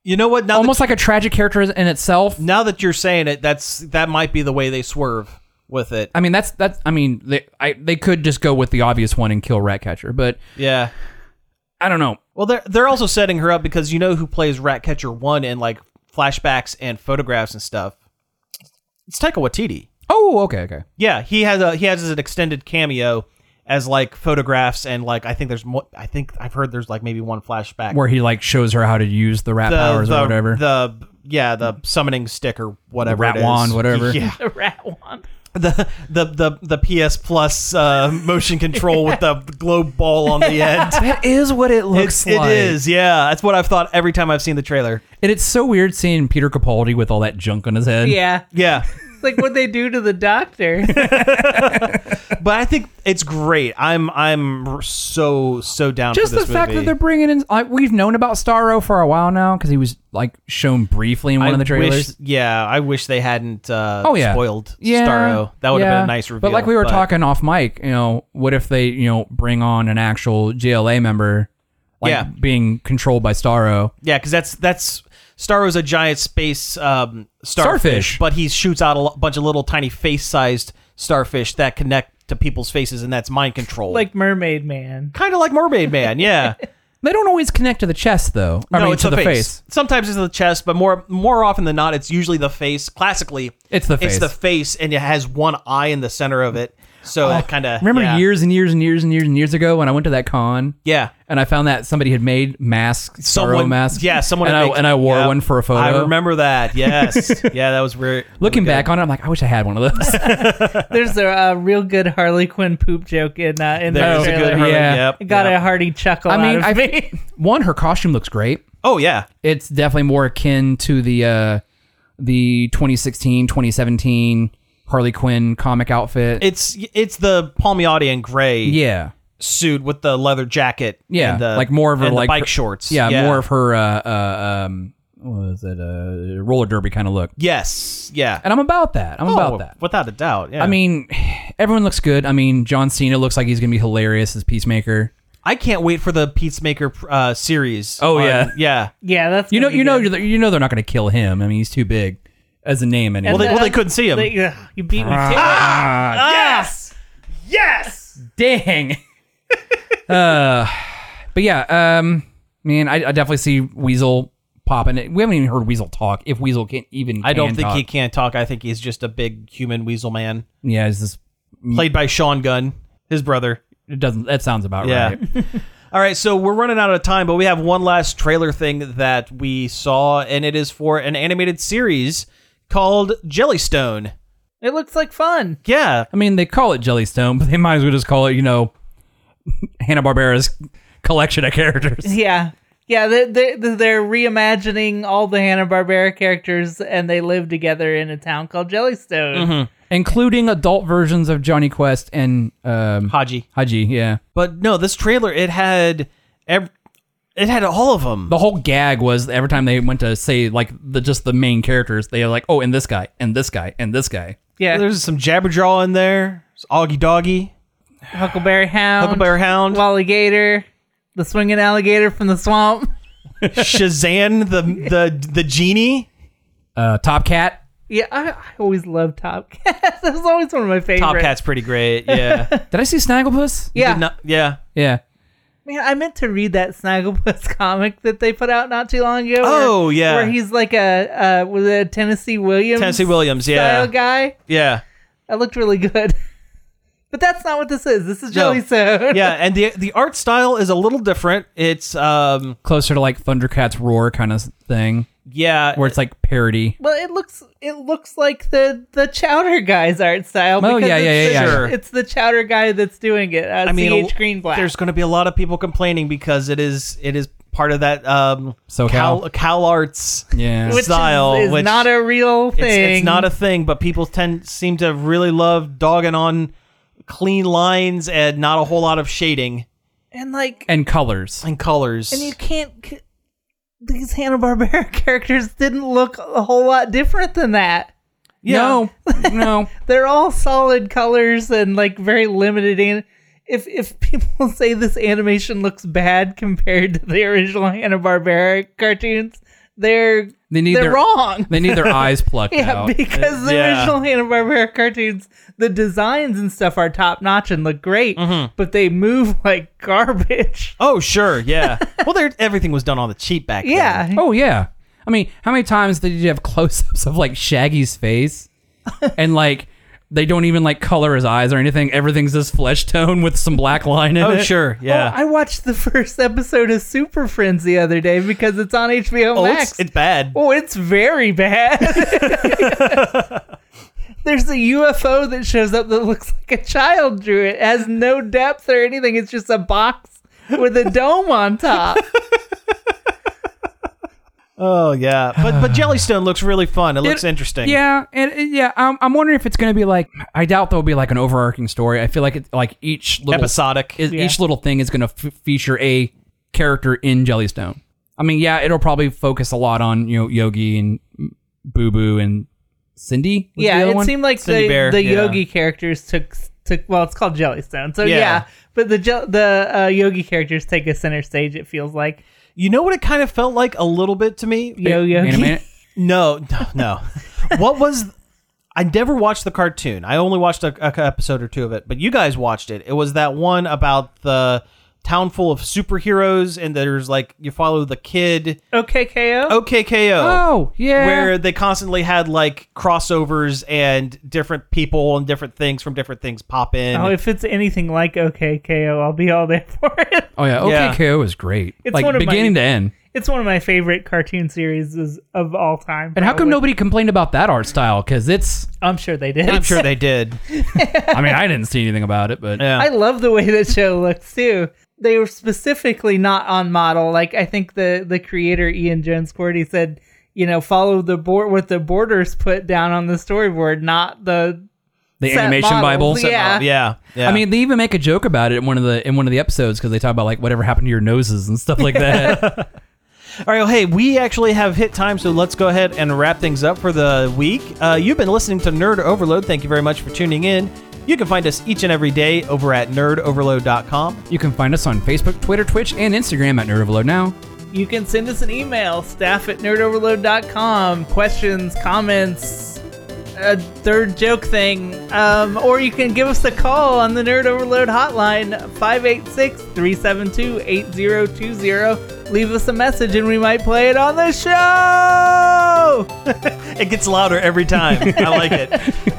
You know what? Now that-
almost like a tragic character in itself.
now that you're saying it, that's that might be the way they swerve with it.
I mean, that's that's. I mean, they I, they could just go with the obvious one and kill Ratcatcher, but
Yeah.
I don't know.
Well, they're they're also setting her up because you know who plays Ratcatcher one in like flashbacks and photographs and stuff. It's Taika Waititi.
Oh, okay, okay.
Yeah, he has a he has an extended cameo as like photographs and like I think there's mo- I think I've heard there's like maybe one flashback
Where he like shows her how to use the rat powers
the,
or whatever.
The yeah, the summoning stick or whatever,
rat
it is.
wand, whatever.
Yeah,
The rat wand.
the the the, the PS Plus uh, motion control with the globe ball on the end.
that is what it
It's,
looks
it
like.
is, yeah. That's what I've thought every time I've seen the trailer.
and it's so weird seeing Peter Capaldi with all that junk on his head.
Yeah.
Yeah,
It's like what they do to the doctor.
but I think it's great. I'm I'm so so down.
Just
for
the
this
fact
movie.
that they're bringing in, like, we've known about Starro for a while now because he was like shown briefly in one
I
of the
Wish,
trailers.
yeah, I wish they hadn't. Uh,
oh yeah
spoiled
yeah,
Starro. That would have
yeah.
been a nice reveal.
but like we were talking off mic you know what if they you know bring on an actual jla member like
Yeah.
being controlled by starro
yeah, because that's that's Starro is a giant space um, starfish,
Starfish.
but he shoots out a lo- bunch of little tiny face-sized starfish that connect to people's faces, and that's mind control.
like Mermaid Man.
kind of like Mermaid Man, yeah.
They don't always connect to the chest, though. I
no,
mean,
it's
to the face.
Sometimes it's the chest, but more more often than not, it's usually the face. Classically,
It's the face. Oh,
It's the face, and it has one eye in the center of it. So that kind of
Remember
yeah,
years and years and years and years and years ago when I went to that con?
Yeah.
And I found that somebody had made masks, Starro masks.
Yeah, someone
and
had
I,
made-
and I wore
yeah.
one for a photo.
I remember that. Yes, yeah, that was weird.
Looking back on it, I'm like, I wish I had one of those.
There's a uh, real good Harley Quinn poop joke in uh, in
There's
the
a
trailer.
good Harley.
Oh, yeah.
Yep,
It got
yep.
a hearty chuckle.
I mean,
out
I
of me.
think one, her costume looks great.
Oh yeah,
It's definitely more akin to the uh, the 2016, 2017 Harley Quinn comic outfit.
it's it's the Palmiotti and gray
yeah,
suit with the leather jacket.
yeah,
and the,
like more of her
and the
like
bike
her-
shorts.
Yeah, more of her uh, uh, um, what is it uh, roller derby kind of look.
yes, yeah.
And I'm about that. I'm
Oh,
about that.
without a doubt. Yeah.
I mean, everyone looks good. I mean, John Cena looks like he's gonna be hilarious as Peacemaker.
I can't wait for the Peacemaker uh, series.
Oh,
on-
yeah.
yeah.
yeah, that's
You know,
gonna be
you know,
good.
you know, they're not gonna kill him. I mean, he's too big as a name anyway.
Well, they,
the-
well, they couldn't see him.
They- ugh, you beat me. to it.
yes.
Dang. uh, but yeah, um, man, I, I definitely see Weasel popping it. We haven't even heard Weasel talk. If Weasel can't even,
I don't
can
think
talk.
he can talk. I think he's just a big human weasel man,
Yeah, it's this
played by Sean Gunn, his brother.
it doesn't. That sounds about
Yeah.
right.
All right, so we're running out of time, but we have one last trailer thing that we saw, and it is for an animated series called Jellystone.
It looks like fun.
Yeah,
I mean, they call it Jellystone, but they might as well just call it, you know, Hanna Barbera's collection of characters.
Yeah. Yeah, they they they're reimagining all the Hanna Barbera characters, and they live together in a town called Jellystone.
including adult versions of Johnny Quest and um,
Haji.
Haji. Yeah,
But no, this trailer it had, ev- it had all of them.
the whole gag was every time they went to say like the just the main characters, they were like, oh, and this guy, and this guy, and this guy.
Yeah,
There's some Jabberjaw in there, there's Augie Doggy,
Huckleberry Hound,
Huckleberry Hound,
Wally Gator, the swinging alligator from the swamp.
Shazam the the the genie,
Uh, Top Cat.
Yeah, I, I always loved Top Cat. that was always one of my favorites.
Top Cat's pretty great. Yeah,
Did I see Snagglepuss?
Yeah,
Did not- yeah.
Yeah.
Man, I meant to read that Snagglepuss comic that they put out not too long ago. where-
Oh, yeah.
where he's like a uh, was it a Tennessee Williams
Tennessee Williams.
style
Yeah,
guy.
yeah.
That looked really good. But that's not what this is. This is
No.
Jellystone.
yeah, and the the art style is a little different. It's um
Closer to like Thundercat's roar kind of thing,
yeah,
where it's like parody.
Well, it looks it looks like the the Chowder guy's art style.
Oh,
because
yeah, yeah,
it's
yeah,
the-
yeah. Sure.
It's the Chowder guy that's doing it. Uh,
I mean,
CH Greenblatt.
there's going to be a lot of people complaining because it is it is part of that um
SoCal.
Cal, Cal Arts
Yeah.
which
style,
is, is
which
not a real
it's,
thing.
it's not a thing, but people tend seem to really love dogging on clean lines and not a whole lot of shading
and like
and colors.
and colors.
and you can't. c- These Hanna Barbera characters didn't look a whole lot different than that.
No, no.
They're all solid colors and like very limited. And if if people say this animation looks bad compared to the original Hanna Barbera cartoons, they're
They need
they're
their
wrong.
They need their eyes plucked
Yeah,
out.
because the
yeah.
original Hanna Barbera cartoons, the designs and stuff are top notch and look great,
Mm-hmm.
but they move like garbage.
oh sure, yeah. well, there everything was done on the cheap back then.
Yeah,
oh yeah. I mean, how many times did you have close-ups of like Shaggy's face, and like they don't even like color his eyes or anything? Everything's this flesh tone with some black line in
Oh
it.
sure,
Oh,
yeah.
I watched the first episode of Super Friends the other day because it's on HBO
oh,
Max.
it's, it's bad.
oh, it's very bad. There's a UFO that shows up that looks like a child drew it. It Has no depth or anything. It's just a box with a dome on top.
Oh yeah, but but Jellystone looks really fun. It looks
It-
interesting.
Yeah, and and yeah, I'm, I'm wondering if it's going to be like I doubt there'll be like an overarching story. I feel like it, like each little
episodic.
is- each little thing is going to f- feature a character in Jellystone. I mean, yeah, it'll probably focus a lot on you know Yogi and Boo Boo and Cindy. was the
yeah,
other
it
one?
seemed like
Cindy
the,
Bear,
the
yeah.
Yogi characters took took well, it's called Jellystone, so
Yeah.
yeah. but the Jell- the uh, Yogi characters take a center stage. It feels like
You know what it kind of felt like a little bit to me?
Yo yo.
Anime-
No, no, no. what was? I never watched the cartoon. I only watched a, a episode or two of it. But you guys watched it. It was that one about the town full of superheroes, and there's like you follow the kid.
Okay, KO.
OKKO.
Oh, yeah.
Where they constantly had like crossovers and different people and different things from different things pop in.
Oh, if it's anything like OK KO, I'll be all there for it.
oh yeah,
Yeah.
OKKO is great.
It's
like
one of my-
beginning to end.
It's one of my favorite cartoon series of all time.
And how come
probably.
nobody complained about that art style? Because it's.
I'm sure they did.
I'm sure they did.
I mean, I didn't see anything about it, but
Yeah.
I love the way that show looks too. They were specifically not on model. Like I think the the creator Ian Jones Cordy said, you know, follow the board what the borders put down on the storyboard, not the
the
set
animation
models.
bible.
Yeah.
yeah. Yeah.
I mean, they even make a joke about it in one of the in one of the episodes because they talk about like whatever happened to your noses and stuff like that.
All right, well, hey, we actually have hit time, so let's go ahead and wrap things up for the week. Uh, you've been listening to Nerd Overload. Thank you very much for tuning in. You can find us each and every day over at nerdoverload.com.
you can find us on Facebook, Twitter, Twitch, and Instagram at Nerd Overload now.
You can send us an email, staff at nerdoverload.com, questions, comments, a third joke thing, um, or you can give us a call on the Nerd Overload hotline, 586 372 8020. Leave us a message and we might play it on the show!
It gets louder every time. I like it.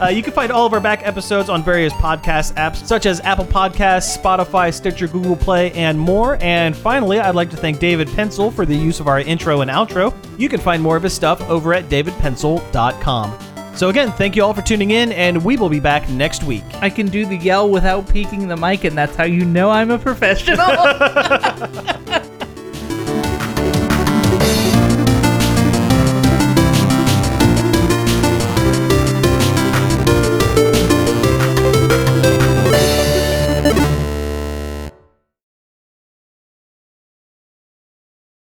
Uh, you can find all of our back episodes on various podcast apps such as Apple Podcasts, Spotify, Stitcher, Google Play, and more. And finally, I'd like to thank David Pencil for the use of our intro and outro. You can find more of his stuff over at davidpencil.com. So, again, thank you all for tuning in, and we will be back next week.
I can do the yell without peeking the mic, and that's how you know I'm a professional.